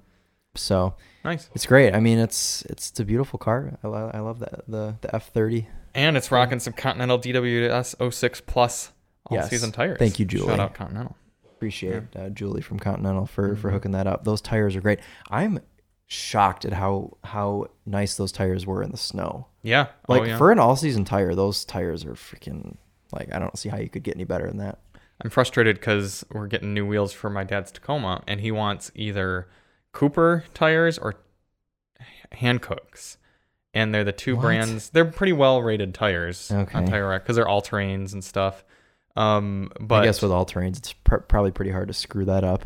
so, Nice. it's great. I mean, it's it's, it's a beautiful car. I, lo- I love that the the F thirty. And it's rocking some Continental DWS 06 plus all Yes. season tires. Thank you, Julie. Shout out Continental. appreciate uh, Julie from Continental for for Mm-hmm. hooking that up. Those tires are great. I'm shocked at how how nice those tires were in the snow. Yeah. Like oh, yeah. for an all season tire, those tires are freaking like I don't see how you could get any better than that. I'm frustrated because we're getting new wheels for my dad's Tacoma, and he wants either Cooper tires or Hancocks. And they're the two What? brands. They're pretty well rated tires Okay. on Tire Rack because they're all terrains and stuff. Um, but I guess with all terrains, it's pr- probably pretty hard to screw <laughs> that up.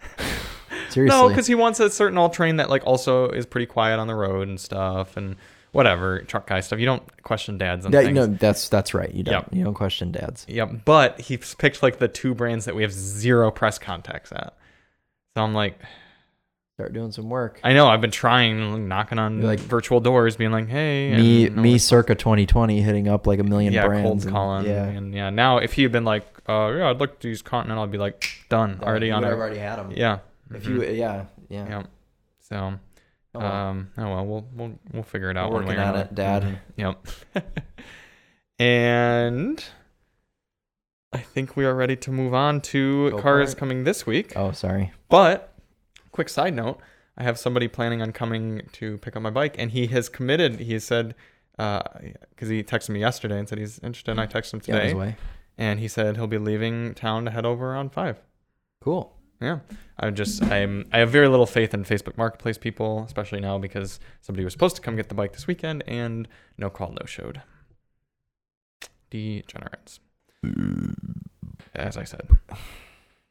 <laughs> Seriously, No, because he wants a certain all train that like also is pretty quiet on the road and stuff and whatever truck guy stuff. You don't question dads on That- things. no, that's that's right. You don't Yep. you don't question dads. Yep, but he's picked like the two brands that we have zero press contacts at. So I'm like, Start doing some work. I know I've been trying, knocking on You're like like- virtual doors, being like, hey, me and no me one's- circa 2020 hitting up like a million yeah, brands. cold and- calling, yeah. and yeah. Now if he had been like, uh, yeah, I'd like to use Continental, I'd be like, done, already You on would have our, already had them. yeah. Mm-hmm. If you yeah yeah. Yep. So, Oh, well. um, oh well, we'll we'll we'll figure it out. We're one way working or on another. it, Dad. Yep. <laughs> and I think we are ready to move on to Go for cars it. coming this week. Oh, sorry. But quick side note, I have somebody planning on coming to pick up my bike, and he has committed. He has said, because he texted me yesterday and said he's interested, and I texted him Yeah, it was today, way. and he said he'll be leaving town to head over around five. Cool. Yeah, I'm just I'm I have very little faith in Facebook Marketplace people, especially now because somebody was supposed to come get the bike this weekend and no call, no showed. Degenerates, Oh. as I said.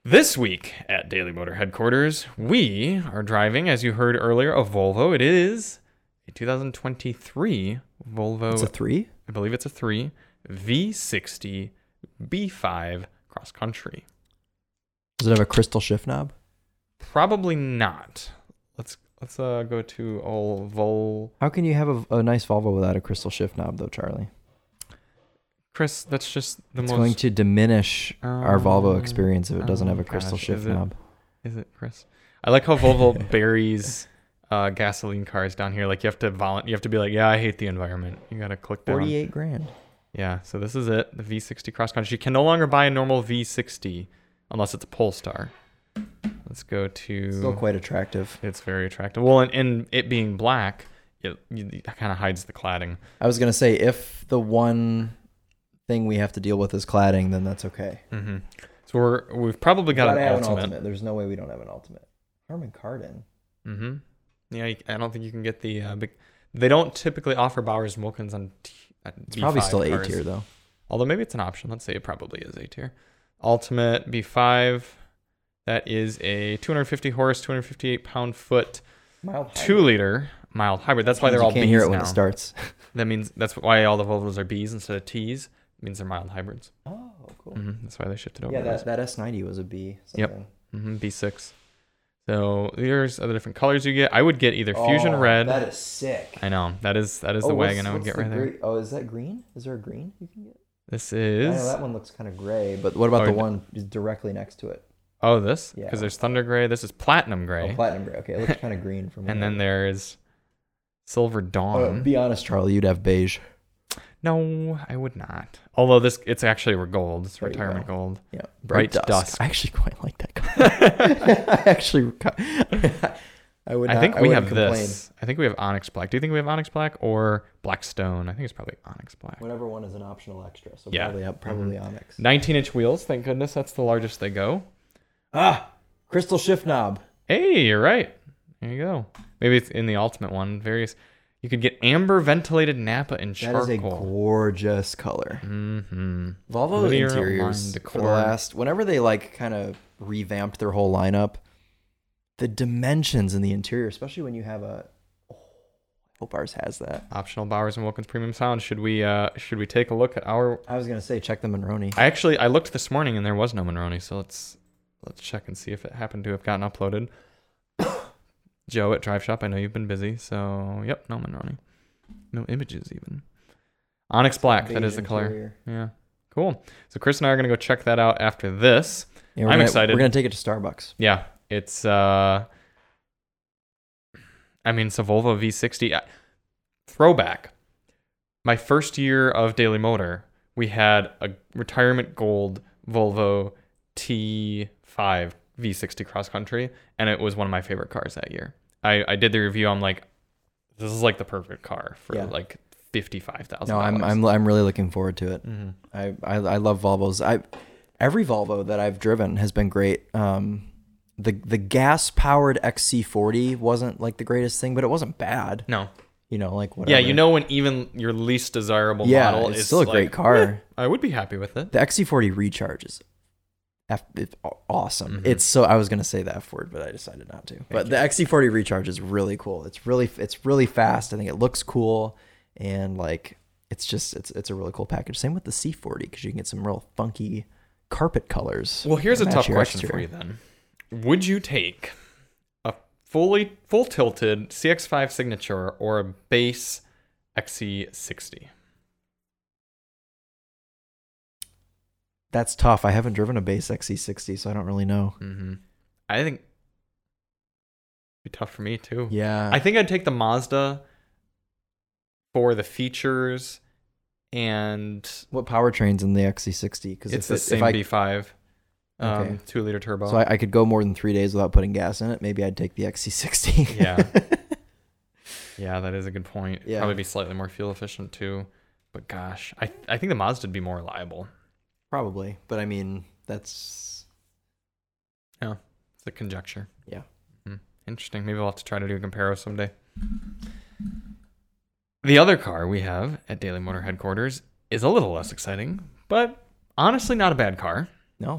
This week at Daily Motor headquarters, we are driving, as you heard earlier, a Volvo. It is a 2023 Volvo. It's a three. I believe it's a three V60 B5 cross country. Does it have a crystal shift knob? Probably not. Let's let's uh, go to old Vol. How can you have a, a nice Volvo without a crystal shift knob, though, Charlie? Chris, that's just the most. It's um, going to diminish our Volvo experience if it doesn't oh have a crystal gosh, shift is it- knob. Is it Chris? I like how Volvo <laughs> buries uh, gasoline cars down here. Like you have to volun- You have to be like, yeah, I hate the environment. You gotta click down. Forty-eight grand. Yeah. So this is it. The V60 cross country. You can no longer buy a normal V60 unless it's a Polestar. Let's go to. Still quite attractive. it's very attractive. Well, and, and it being black, it, it kind of hides the cladding. I was gonna say if the one thing we have to deal with is cladding, then that's okay. Mm-hmm. So we're we've probably got Gotta an have ultimate. There's no way we don't have an ultimate. Harman Kardon. Mm-hmm. Yeah, you- I don't think you can get the. Uh, big, they don't typically offer Bowers and Wilkins on. T- uh, It's probably still A tier though. Although maybe it's an option. Let's say it probably is A tier. Ultimate B5. That is a 250 horse, 258 pound foot, two liter mild hybrid. That's why they're you all can't Bs hear it when now. it starts. That means that's why all the Volvos are Bs instead of Ts. It means they're mild hybrids. Oh, cool. hmm That's why they shifted over. Yeah, to that, that S90 was a B. Yep. something. hmm B6. So here's other different colors you get. I would get either fusion Oh, red. That is sick. Oh, I know that is that is the what's- wagon I would what's get the right there. gre- Oh, is that green? Is there a green you can get? This I know is that one looks kind of gray, but what about Oh, the no. one is directly next to it? oh this Yeah. because there's thunder gray. This is platinum Oh, gray, platinum gray. Okay, it looks kind of green from. and where- then there's silver Oh, dawn. be honest, Charlie, you'd have beige. no, I would not. Although this it's actually re- gold. It's There you retirement go. gold. Yeah, Bright dusk. I actually quite like that color. <laughs> I actually, ca- <laughs> I would. Not, I think we wouldn't have complain. this. I think we have onyx black. Do you think we have onyx black or black stone? I think it's probably onyx black. Whatever one is an optional extra, so Yeah. Mm-hmm. probably probably onyx. 19 inch wheels. Thank goodness that's the largest they go. Ah, crystal shift knob. Hey, you're right. There you go. Maybe it's in the ultimate one. Various. You could get amber ventilated Napa and That charcoal. is a gorgeous color. mm-hmm. Volvo Linear line interiors decor. for the last whenever they like kind of revamped their whole lineup, the dimensions in the interior, especially when you have a oh, I hope ours has that. Optional Bowers and Wilkins premium sound. Should we uh should we take a look at our? I was gonna say check the Monroney. I actually I looked this morning and there was no Monroney, so let's let's check and see if it happened to have gotten uploaded. <coughs> Joe at Drive Shop, I know you've been busy, so yep, no Monroney, no images even. Onyx black, that is the color. Yeah, cool. So Chris and I are gonna go check that out after this. Yeah, I'm gonna- excited. We're gonna take it to Starbucks. Yeah, it's uh I mean, it's a Volvo V60 I- throwback. My first year of Daily Motor, we had a retirement gold Volvo T5 V60 cross country, and it was one of my favorite cars that year. I, I did the review. I'm like, this is like the perfect car for Yeah. like fifty five thousand. No, I'm I'm I'm really looking forward to it. Mhm. I, I I love Volvos. I every Volvo that I've driven has been great. Um, the the gas powered XC40 wasn't like the greatest thing, but it wasn't bad. no. You know, like whatever. Yeah, you know when even your least desirable Yeah, model it's is still a great like, car. I would be happy with it. The XC40 recharge is F- it's aw- awesome. Mm-hmm. It's so I was gonna say the F word, but I decided not to. but the XC40 recharge is really cool. It's really it's really fast. I think it looks cool, and like it's just it's it's a really cool package. Same with the C40 because you can get some real funky carpet colors. Well, here's a that match tough your question for you exterior. then. Would you take a fully full tilted CX5 signature or a base E XC60? That's tough. I haven't driven a base XC60, so I don't really know. Mm-hmm. I think it'd be tough for me too. Yeah, I think I'd take the Mazda for the features and what powertrains in the XC60? Because it's the same B5 um, Okay. two liter turbo. So I, I could go more than three days without putting gas in it. Maybe I'd take the XC60. Yeah. Yeah, that is a good point. It'd Yeah. Probably be slightly more fuel efficient too. But gosh, I I think the Mazda'd be more reliable. <laughs> Probably, but I mean, that's It's a conjecture. Yeah. Mhm. Interesting. Maybe we'll have to try to do a comparo someday. The other car we have at Daily Motor headquarters is a little less exciting, but honestly not a bad car. no.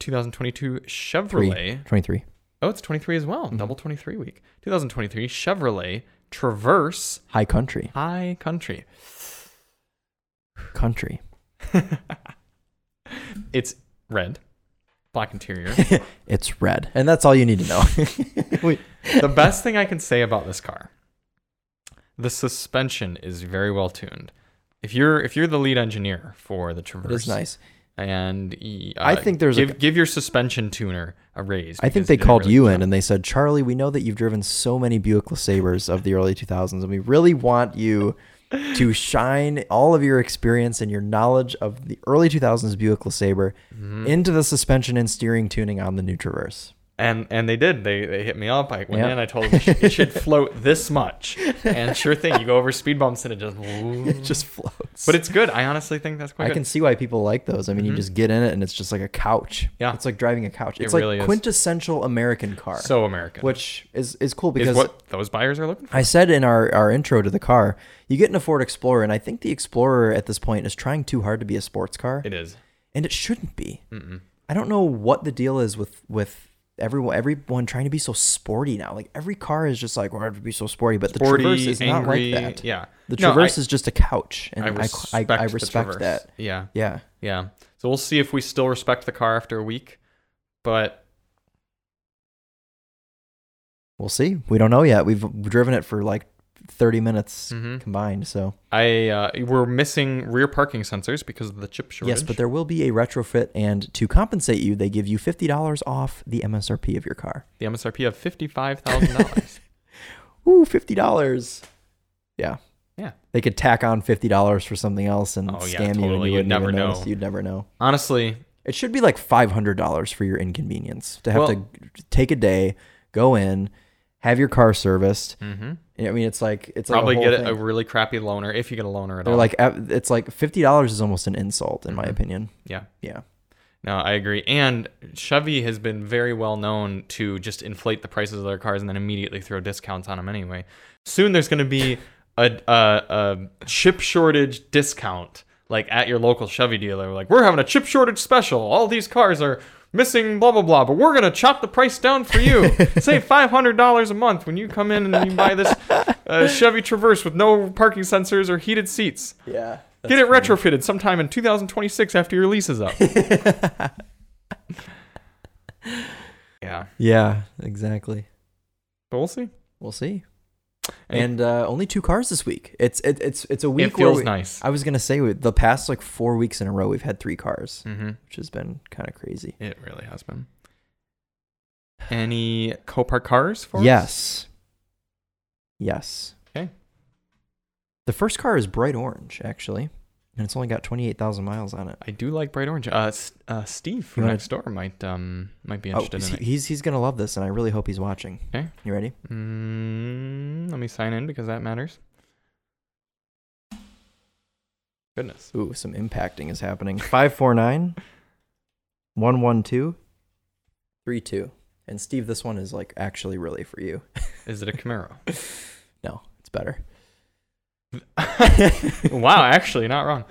2022 Chevrolet. 23. Oh, it's 23 as well. Double 23 week. 2023 Chevrolet Traverse High country. High Country. <laughs> Country. It's red, black interior. <laughs> It's red. And that's all you need to know. <laughs> Wait. the best thing I can say about this car, the suspension is very well tuned. If you're if you're the lead engineer for the Traverse, It's nice. And y- I uh, think there's a- give give your suspension tuner a raise. I because think they it did a called really you good in and they said, Charlie, we know that you've driven so many Buick Sabres of the early 2000s, and we really want you to shine all of your experience and your knowledge Mm-hmm. of the early 2000s Buick LeSabre into the suspension and steering tuning on the new Traverse. <laughs> And and they did. They they hit me up. I went Yeah. in. I told them it should, it <laughs> should float this much. And sure thing, you go over speed bumps and it just. it <laughs> just floats. Mm-hmm. But it's good. I honestly think that's quite I good. can see why people like those. I mean, you just get in it and it's just like a couch. Mm-hmm. Yeah. It's like driving a couch. It's really like is. quintessential American car. so American. which is is cool is because what those buyers are looking for. I said in our, our intro to the car, you get in a Ford Explorer, and I think the Explorer at this point is trying too hard to be a sports car, It is. and it shouldn't be. I don't know what the deal is with with everyone everyone trying to be so sporty now. Like every car is just like, well, I have to be so sporty, but the Sporty, Traverse is angry. not like that. Yeah. The No, I- Traverse is just a couch, and I I I respect, I, the respect Traverse. that. Yeah. Yeah, Yeah. So we'll see if we still respect the car after a week. But we'll see. We don't know yet. We've driven it for like thirty minutes Mhm. combined, so I uh, we're missing rear parking sensors because of the chip shortage. Yes, but there will be a retrofit, and to compensate you, they give you fifty dollars off the MSRP of your car. the MSRP of fifty five thousand <laughs> dollars. Ooh, fifty dollars. Yeah. Yeah. They could tack on fifty dollars for something else and Oh, scam yeah, you. and totally. you You'd wouldn't never even know. notice. You'd never know. Honestly, It should be like five hundred dollars for your inconvenience to have Well- to g- take a day, go in, have your car serviced. mm-hmm. I mean, it's like it's probably like a get whole a thing. really crappy loaner if you get a loaner at They're all. like it's like fifty dollars is almost an insult in my Mm-hmm. opinion. yeah. Yeah. No, I agree. And Chevy has been very well known to just inflate the prices of their cars and then immediately throw discounts on them anyway. Soon there's going to be a, a, a chip shortage discount, like at your local Chevy dealer. Like, we're having a chip shortage special. All these cars are missing, blah, blah, blah, but we're going to chop the price down for <laughs> you. Save $500 a month when you come in and you buy this <laughs> uh, Chevy Traverse with no parking sensors or heated seats. Yeah. Get it retrofitted sometime in 2026 after your lease is up. yeah, <laughs> Yeah. Exactly. but we'll see. We'll see. Any- And uh, only two cars this week. It's it, it's it's a week. it feels where we- nice. I was gonna say we- the past like four weeks in a row we've had three cars, hmm which has been kind of crazy. It really has been. Any Copart cars for us? Yes. Yes. Okay. The first car is bright orange, actually, and it's only got twenty eight thousand miles on it. I do like bright orange. Uh, S- uh Steve from wanna- next door might um might be Oh, interested in he- it. he's he's gonna love this, and I really hope he's watching. Okay. You ready? Mm, let me sign in because that matters. Goodness. Ooh, some impacting is happening. Five four nine. One one two. Three two. And Steve, this one is like actually really for you. Is it a <laughs> Camaro? No, it's better. wow, actually, not wrong.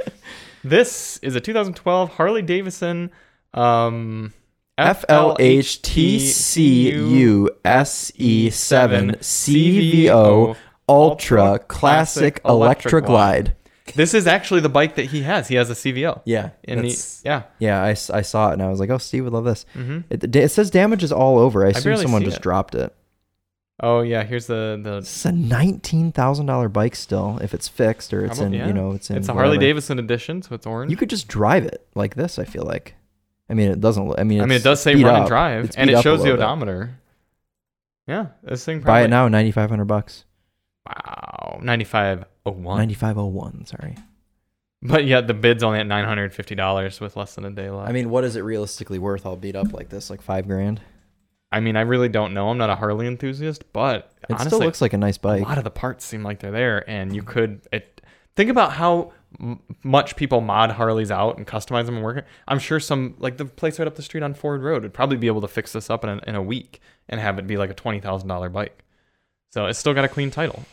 This is a 2012 Harley Davidson um, F L H T C U S E 7 C V O Ultra Classic Electric Glide. This is actually the bike that he has. He has a CVO. Yeah. And he, that's- yeah. yeah, I, s- I saw it and I was like, oh, Steve would love this. hmm It, the da- it says damage is all over. I assume barely someone see just it. dropped it. Oh yeah. Here's the the. This is a $19,000 bike still, if it's fixed or it's Probably- in, yeah. you know, it's in. It's a Harley whatever. Davidson edition, so it's orange. You could just drive it like this, I feel like. I mean, it doesn't. look- I mean, I it's mean, it does say beat run and up. drive, It's and beat it up a shows the little bit. odometer. Yeah, this thing. Buy Probably, it now, 9500 bucks. Wow, ninety five oh one. 9501 sorry. But yeah, the bid's only at nine hundred fifty dollars with less than a day left. I mean, what is it realistically worth all beat up like this? Like five grand? I mean, I really don't know. I'm not a Harley enthusiast, but It honestly, still looks like a nice a bike. lot of the parts seem like they're there, and you could it, think about how m- much people mod Harleys out and customize them and work. it. I'm sure some like the place right up the street on Ford Road would probably be able to fix this up in a, in a week and have it be like a twenty thousand dollar bike. So it's still got a clean title.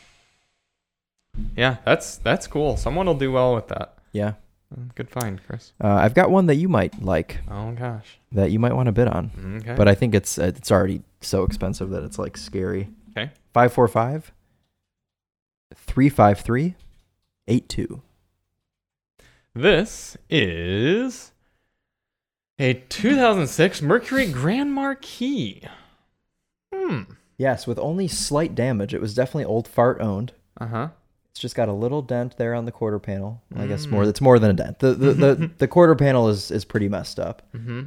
Yeah, that's that's cool. Someone will do well with that. Mm, Yeah. Good find, Chris. Uh, I've got one that you might like Oh gosh. that you might want to bid on, Okay. but I think it's uh, it's already so expensive that it's like scary. Okay. 545 353 82. This is a 2006 Mercury Grand Marquis. Hmm. Yes, with only slight damage. It was definitely old fart owned. Uh huh. It's just got a little dent there on the quarter panel. I guess Mm. more. It's more than a dent. The <laughs> the, the, the quarter panel is is pretty messed up. Mm-hmm.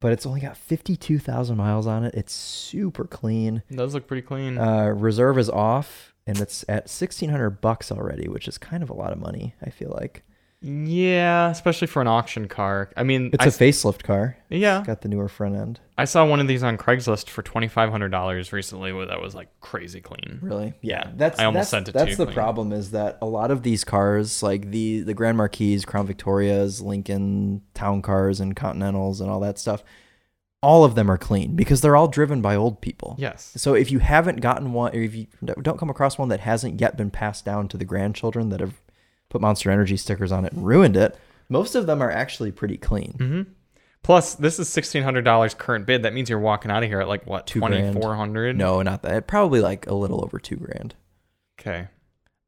but it's only got 52,000 miles on it. It's super clean. It does look pretty clean. Uh, reserve is off and it's at 1600 bucks already, which is kind of a lot of money, I feel like. Yeah, especially for an auction car. I mean, It's I a s- facelift car. yeah. It's got the newer front end. I saw one of these on Craigslist for twenty five hundred dollars recently, where that was like crazy clean. Really? Yeah. That's I almost that's, sent it to That's you, the Clayton. problem is that a lot of these cars, like the the Grand Marquis, Crown Victorias, Lincoln Town cars, and Continentals, and all that stuff, all of them are clean because they're all driven by old people. Yes. So if you haven't gotten one, or if you don't come across one that hasn't yet been passed down to the grandchildren that have put Monster Energy stickers on it and ruined it, most of them are actually pretty clean. Mm-hmm. Plus, this is sixteen hundred dollars current bid. That means you're walking out of here at like what Two grand. twenty four hundred. No, not that. Probably like a little over two grand. Okay.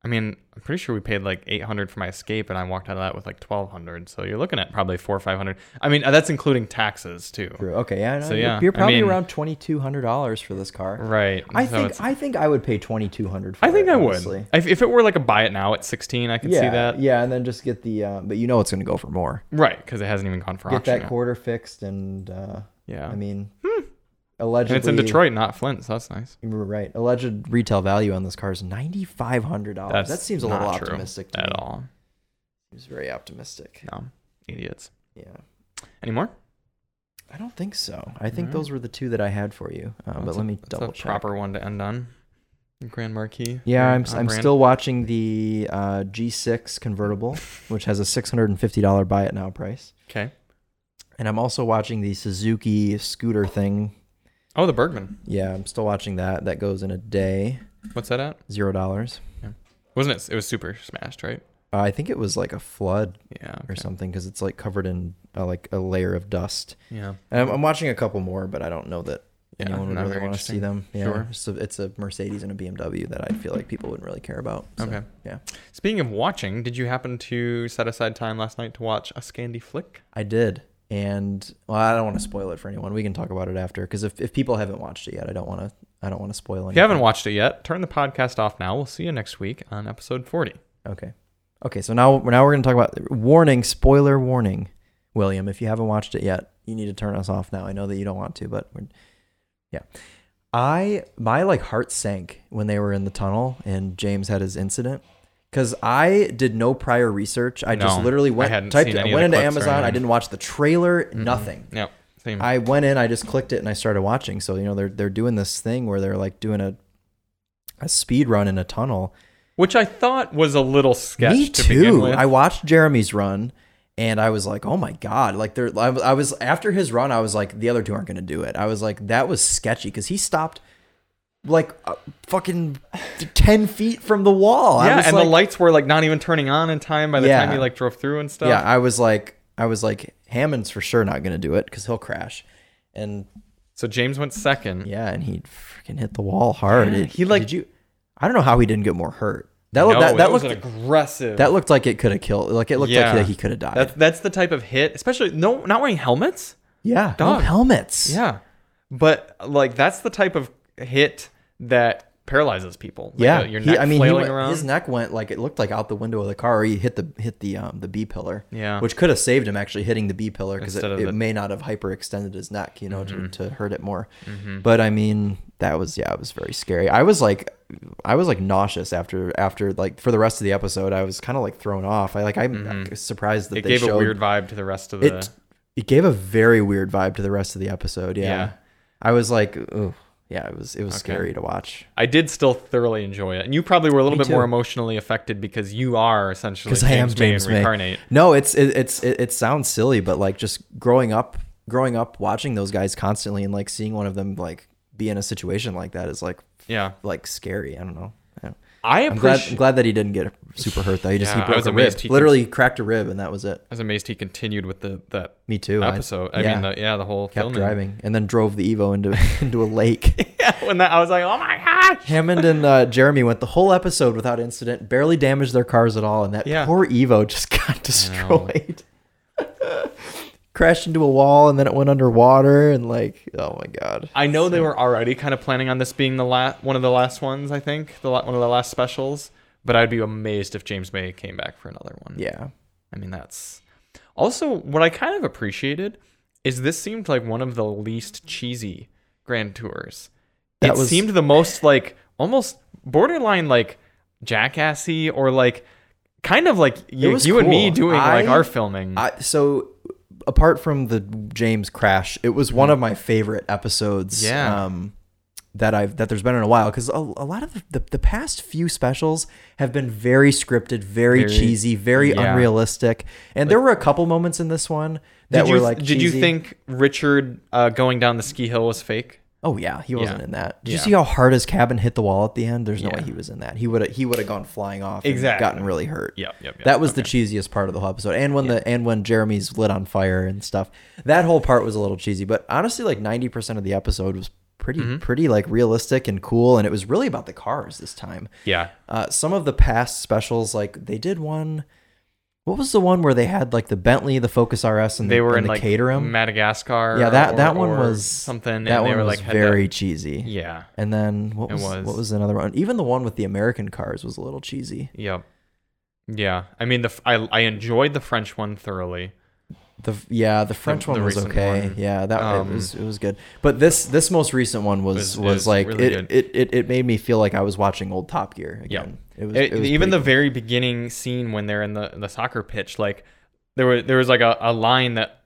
I mean, I'm pretty sure we paid like 800 for my escape, and I walked out of that with like 1200. So you're looking at probably four or 500. I mean, uh, that's including taxes too. True. Okay. Yeah. No, Oh. So, you're, yeah, you're I probably mean- around twenty two hundred dollars for this car. Right. I So think it's- I think I would pay twenty two hundred. I think it, I would. honestly. If, if it were like a buy it now at 16, I could Yeah, see that. yeah, and then just get the. Uh, but you know it's going to go for more. Right, because it hasn't even gone for Get auction. that yet. quarter fixed, and uh, Yeah. Hmm. I mean, allegedly, and it's in Detroit, not Flint, so that's nice. You were right. Alleged retail value on this car is ninety five hundred dollars. Oh, That seems a little not true optimistic. To at me. all. Seems very optimistic. No, idiots. Yeah, Any more? I don't think so. I think Alright. those were the two that I had for you. Uh, but Mm-hmm. That's let a- me that's double a check. proper one to end on. Grand Marquis. Yeah, Very I'm, on I'm brand. still watching the uh, G6 convertible, which has a $650 buy it now price. Okay. And I'm also watching the Suzuki scooter thing. Oh, the Bergman. Yeah, I'm still watching that. That goes in a day, What's that at? zero dollars. Wasn't it? It was super smashed, right? Uh, I think it was like a flood Yeah. or okay. something because it's like covered in uh, like a layer of dust. Yeah. And I'm, I'm watching a couple more, but I don't know that Yeah, anyone would not really very want to see interesting. them. Yeah, Sure. it's a, it's a Mercedes and a BMW that I feel like people wouldn't really care about. So, Okay. yeah. Speaking of watching, did you happen to set aside time last night to watch a Scandi flick? I did. And well, I don't want to spoil it for anyone. We can talk about it after because if, if people haven't watched it yet, I don't want to I don't want to spoil anything. If you haven't watched it yet, turn the podcast off now. We'll see you next week on episode 40. Okay. Okay, so now now we're going to talk about warning, spoiler warning. William, if you haven't watched it yet, you need to turn us off now. I know that you don't want to, but we're, yeah. I my like heart sank when they were in the tunnel and James had his incident cuz I did no prior research. I just No, literally I went hadn't typed seen it, I any of went the into clips or Amazon. I anything. Mm-hmm. didn't watch the trailer, nothing. Yep. Same. I went in, I just clicked it, and I started watching. So you know they're they're doing this thing where they're like doing a a speed run in a tunnel. Which I thought was a little sketch Me to begin too. with. I watched Jeremy's run, and I was like, oh my god! Like there, I was- I was after his run, I was like, the other two aren't going to do it. I was like, that was sketchy because he stopped like uh, fucking ten feet from the wall. I yeah, was and like, the lights were like not even turning on in time by the Yeah. time he like drove through and stuff. Yeah, I was like, I was like, Hammond's for sure not going to do it because he'll crash. And So James went second. Yeah, and he freaking hit the wall hard. Did- he, like- did you. I don't know how he didn't get more hurt. That No, looked that, that was looked an aggressive. that looked like it could have killed. Like it looked Yeah. like he could have died. that's, that's the type of hit, especially no, not wearing helmets. yeah, no dog. helmets. Yeah. But like that's the type of hit that paralyzes people. Like, yeah. uh, your He- neck I mean, he flailing went- around. his neck went like it looked like out the window of the car. Or he hit the hit the um the B pillar. Yeah. which could have saved him actually hitting the B pillar because it, Instead of it the- Mm-hmm. may not have hyperextended his neck, you know, to, to hurt it more. But I mean, that was yeah, it was very scary. I was like, I was like nauseous after after like for the rest of the episode. I was kind of like thrown off. I like I'm surprised that Mm-hmm. it they gave showed a weird uh, vibe to the rest of the it. It gave a very weird vibe to the rest of the episode. Yeah, Yeah. I was like, ooh, yeah, it was it was scary to watch. I did still thoroughly enjoy it, and you probably were a little Me bit more too. emotionally affected because you are essentially because James, I am Bay James in May. reincarnate. No, it's it, it's it, it sounds silly, but like just growing up, growing up, watching those guys constantly, and like seeing one of them like be in a situation like that is like Yeah, like scary. I don't know. I don't- I I'm glad, appreciate. I'm glad that he didn't get super hurt though. He just Yeah, I he broke was a amazed rib, he could- literally cracked a rib, and that was it. I was amazed he continued with the that Me too. I episode. I, yeah. mean, the, yeah, the whole kept filming. driving and then drove the Evo into <laughs> into a lake. <laughs> Yeah, when that I was like, oh my gosh. Hammond and uh, Jeremy went the whole episode without incident, barely damaged their cars at all, and that Yeah. poor Evo just <laughs> got destroyed. <laughs> Crashed into a wall, and then it went underwater, and like, oh my god, I know they were already kind of planning on this being the la- one of the last ones. I think the la- one of the last specials. But I'd be amazed if James May came back for another one. yeah, I mean, that's also what I kind of appreciated is this seemed like one of the least cheesy grand tours. That it was- seemed the most like almost borderline like jackassy or like kind of like you, was you and me cool. doing like I- our filming. I, so apart from the James crash, it was one of my favorite episodes. Mm-hmm. Yeah. Um, that I've that there's been in a while because a, a lot of the, the, the past few specials have been very scripted, very, Very- cheesy, very yeah. unrealistic, and there were a couple moments in this one that did you were like. did you cheesy. think Richard uh, going down the ski hill was fake? Oh yeah, he wasn't Yeah. in that. Did you Yeah. see how hard his cabin hit the wall at the end? There's no Yeah. way he was in that. He would he would have gone flying off. and Exactly. gotten really hurt. Yep, yep, yep. That was the cheesiest part of the whole episode. And when the and when Jeremy's lit on fire and stuff, that whole part was a little cheesy. But honestly, like ninety percent of the episode was pretty Mm-hmm. pretty like realistic and cool. And it was really about the cars this time. Yeah. Uh, some of the past specials, like they did one. What was the one where they had like the Bentley, the Focus RS, and They the, were and in the like Caterham? Madagascar. Yeah, that or- that one or was something. That and one they were was like had that- very cheesy. yeah. And then what It was, was. what was another one? Even the one with the American cars was a little cheesy. Yep. Yeah. I mean, the f- I I enjoyed the French one thoroughly. The yeah, the French the one was recent okay. one. Yeah, that Um, it was it was good. But this this most recent one was was- was, it was like really it, good. it, it it made me feel like I was watching old Top Gear again. It was, It- it was even the pretty very beginning scene when they're in the the soccer pitch, like there were there was like a, a line that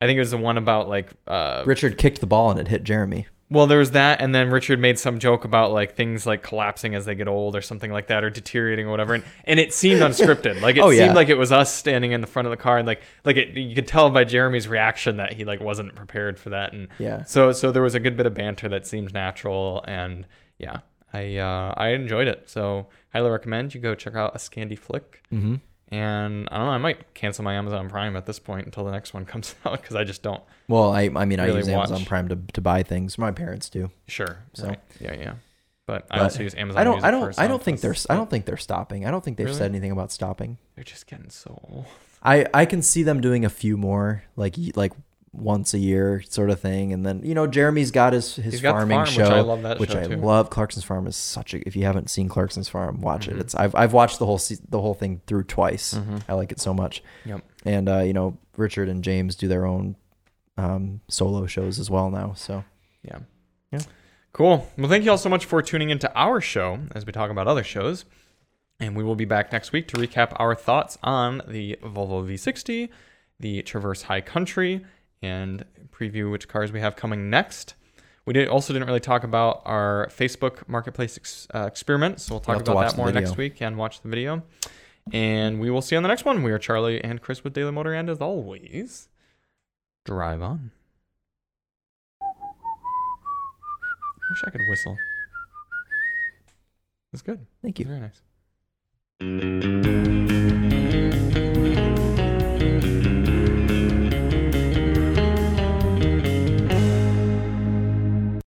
I think it was the one about like uh cool. Richard kicked the ball and it hit Jeremy. well there was that and then Richard made some joke about like things like collapsing as they get old or something like that or deteriorating or whatever and, and it seemed <laughs> unscripted like it Oh, yeah. seemed like it was us standing in the front of the car and like like it, you could tell by Jeremy's reaction that he like wasn't prepared for that and Yeah. so so there was a good bit of banter that seemed natural and yeah I uh, I enjoyed it so highly recommend you go check out a Scandi flick Mm-hmm. and I don't know I might cancel my Amazon Prime at this point until the next one comes <laughs> out because I just don't Well, I I mean I Really use Amazon watch. Prime to, to buy things. My parents do. Sure. So- So yeah, yeah. But, I But also use Amazon. I don't Music I for don't I Sound don't think Plus. they're I don't think they're stopping. I don't think they've Really? said anything about stopping. They're just getting so old. I I can see them doing a few more like y- like once a year sort of thing, and then you know Jeremy's got his his He's got the farming farm, which show, I love that which show, I too. love. Clarkson's Farm is such a if you haven't seen Clarkson's Farm, watch Mm-hmm. it. It's I've I've watched the whole se- the whole thing through twice. I like it so much, Mm. Yep. and uh, you know Richard and James do their own um, solo shows as well now. So Yeah. Yeah. Cool. Well, thank you all so much for tuning into our show as we talk about other shows. And we will be back next week to recap our thoughts on the Volvo V60, the Traverse High Country, and preview which cars we have coming next. We did, also didn't really talk about our Facebook Marketplace ex, uh, experiment, so we'll You'll talk have to about watch that the more video. next week and watch the video. And we will see you on the next one. We are Charlie and Chris with Daily Motor, and as always, drive on. Wish I could whistle. It's good. thank you. Very nice.